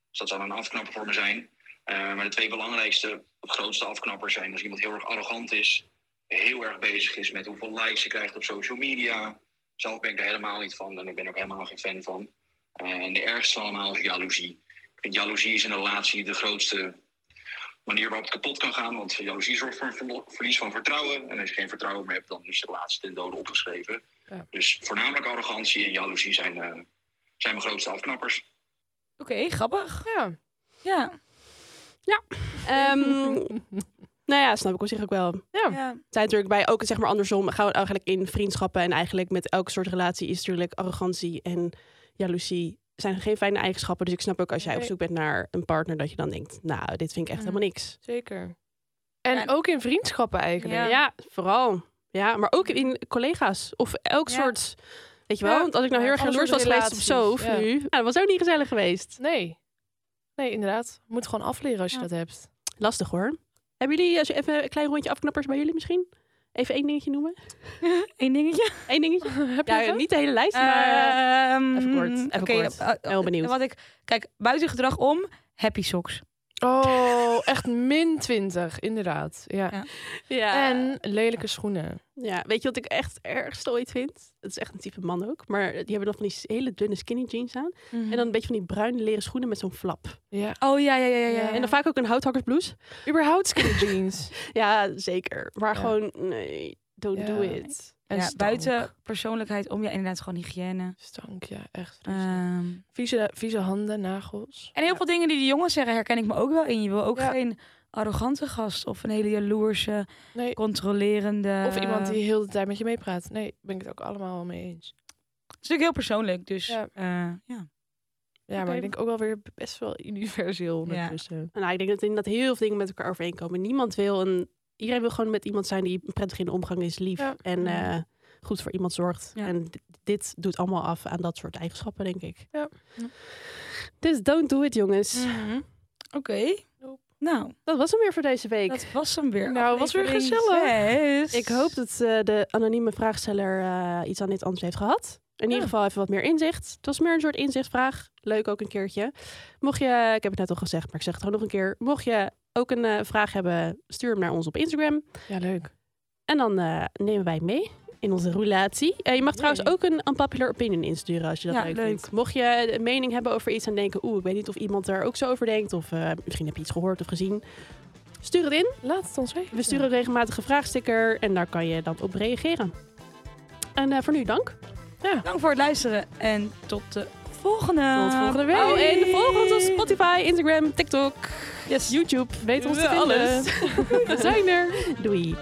Speaker 7: Dus dat zou dan een afknapper voor me zijn. Eh, maar de twee belangrijkste, of grootste afknappers zijn als iemand heel erg arrogant is. Heel erg bezig is met hoeveel likes je krijgt op social media. Zelf ben ik er helemaal niet van en ik ben ook helemaal geen fan van. Eh, En de ergste van allemaal is jaloezie. Ik vind jaloezie is in een relatie de grootste manier waarop het kapot kan gaan. Want jaloezie zorgt voor een verlo- verlies van vertrouwen. En als je geen vertrouwen meer hebt, dan is de relatie ten dode opgeschreven.
Speaker 1: Ja.
Speaker 7: Dus voornamelijk arrogantie en jaloezie zijn, eh, zijn mijn grootste afknappers.
Speaker 2: Oké, grappig.
Speaker 1: Ja.
Speaker 2: Ja.
Speaker 3: Ehm, nou ja, snap ik op zich ook wel.
Speaker 2: ja.
Speaker 3: Het zijn natuurlijk bij ook zeg maar andersom. Gaan we eigenlijk in vriendschappen en eigenlijk met elke soort relatie is natuurlijk arrogantie en jaloezie zijn geen fijne eigenschappen. Dus ik snap ook als jij op
Speaker 1: Nee. Mm.
Speaker 3: zoek bent naar een partner dat je dan denkt, nou, dit vind ik echt
Speaker 2: Mhm.
Speaker 3: helemaal niks.
Speaker 1: Zeker. En
Speaker 2: Ja.
Speaker 1: ook in vriendschappen eigenlijk.
Speaker 2: Ja.
Speaker 3: Ja, vooral. Ja, maar ook in collega's of elk
Speaker 2: Ja.
Speaker 3: soort. Weet je wel?
Speaker 1: Ja.
Speaker 3: Want als ik nou heel
Speaker 1: Ja,
Speaker 3: erg
Speaker 1: alle
Speaker 3: jaloers was
Speaker 1: soorten
Speaker 3: geweest op zo
Speaker 1: relaties, ja.
Speaker 3: nu, nou, dat was ook niet gezellig geweest.
Speaker 1: Nee. Nee, inderdaad. Moet gewoon afleren als je
Speaker 2: Ja.
Speaker 1: dat hebt.
Speaker 3: Lastig hoor. Hebben jullie als je even een klein rondje afknappers bij jullie misschien? Even één dingetje noemen.
Speaker 2: Eén dingetje.
Speaker 3: Eén dingetje.
Speaker 1: Heb je
Speaker 3: Ja,
Speaker 1: dat?
Speaker 3: niet de hele lijst, maar eh,
Speaker 2: Maar,
Speaker 3: Ehm, even kort, even kort.
Speaker 2: Ehm, eh, eh,
Speaker 3: Heel benieuwd.
Speaker 2: Wat ik, kijk, buiten gedrag om, happy socks.
Speaker 1: Oh, echt min 20, inderdaad. Ja.
Speaker 2: Ja.
Speaker 3: Ja.
Speaker 1: En lelijke schoenen.
Speaker 3: ja, weet je wat ik echt erg stoït vind? Het is echt een type man ook. Maar die hebben dan van die hele dunne skinny jeans aan. En dan een beetje van die bruine leren schoenen met zo'n flap.
Speaker 1: Ja.
Speaker 2: Oh ja, ja, ja, ja.
Speaker 1: Ja.
Speaker 2: ja.
Speaker 3: En dan vaak ook een houthakkersblouse.
Speaker 1: Überhaupt skinny jeans.
Speaker 3: Ja, zeker. Maar
Speaker 1: Ja.
Speaker 3: gewoon, nee, don't
Speaker 1: Ja.
Speaker 3: do it.
Speaker 1: En
Speaker 2: ja,
Speaker 1: stank.
Speaker 2: buiten persoonlijkheid om je inderdaad gewoon hygiëne.
Speaker 1: Stank, ja, echt. vreselijk.
Speaker 2: Ehm,
Speaker 1: vieze, vieze handen, nagels.
Speaker 2: en heel veel dingen die die jongens zeggen herken ik me ook wel in. Je wil ook
Speaker 1: Ja.
Speaker 2: geen arrogante gast of een hele jaloerse,
Speaker 1: Nee.
Speaker 2: controlerende.
Speaker 1: Of iemand die heel de tijd met je meepraat. Nee, ben ik het ook allemaal wel mee eens.
Speaker 2: Het is natuurlijk heel persoonlijk, dus
Speaker 1: Ja.
Speaker 2: ja. ja.
Speaker 1: Ja, maar
Speaker 3: Oké.
Speaker 1: ik denk ook wel weer best wel universeel ondertussen.
Speaker 3: Nou, ik denk dat inderdaad heel veel dingen met elkaar overeenkomen. Niemand wil een... Iedereen wil gewoon met iemand zijn die prettig in de omgang is, lief.
Speaker 1: Ja.
Speaker 3: En
Speaker 2: Ja.
Speaker 3: eh, goed voor iemand zorgt.
Speaker 2: Ja.
Speaker 3: En dit, dit doet allemaal af aan dat soort eigenschappen, denk ik.
Speaker 1: Ja.
Speaker 2: Ja. Mm.
Speaker 3: Dus don't do it, jongens.
Speaker 2: Oké.
Speaker 1: Nope.
Speaker 2: Nou,
Speaker 3: Dat was hem weer voor deze week.
Speaker 2: dat was hem weer.
Speaker 1: Nou, was weer
Speaker 2: Aflevering
Speaker 1: gezellig.
Speaker 2: zes.
Speaker 3: Ik hoop dat eh, de anonieme vraagsteller eh, iets aan dit antwoord heeft gehad. In ieder geval even wat meer inzicht. Het was meer een soort inzichtvraag. Leuk ook een keertje. Mocht je, ik heb het net al gezegd, maar ik zeg het gewoon nog een keer. Mocht je ook een eh, vraag hebben, stuur hem naar ons op Instagram.
Speaker 1: Ja, leuk.
Speaker 3: En dan eh, nemen wij hem mee in onze roulatie. Eh, je mag trouwens ook een unpopular opinion insturen als je dat
Speaker 2: Ja,
Speaker 3: leuk,
Speaker 2: leuk.
Speaker 3: vindt. Mocht je eh, een mening hebben over iets en denken... oeh, ik weet niet of iemand daar ook zo over denkt... of eh, misschien heb je iets gehoord of gezien... Stuur het in.
Speaker 1: Laat het ons weten.
Speaker 3: We sturen regelmatig een vraagsticker en daar kan je dan op reageren. En eh, voor nu dank.
Speaker 2: Dank voor het luisteren en tot de volgende. Oh,
Speaker 3: Tot volgende week.
Speaker 2: Hoi.
Speaker 3: en volg ons op Spotify, Instagram, TikTok,
Speaker 2: Yes.
Speaker 3: YouTube. Weet ons te
Speaker 1: Ja,
Speaker 3: vinden.
Speaker 1: alles.
Speaker 3: We zijn er. Doei.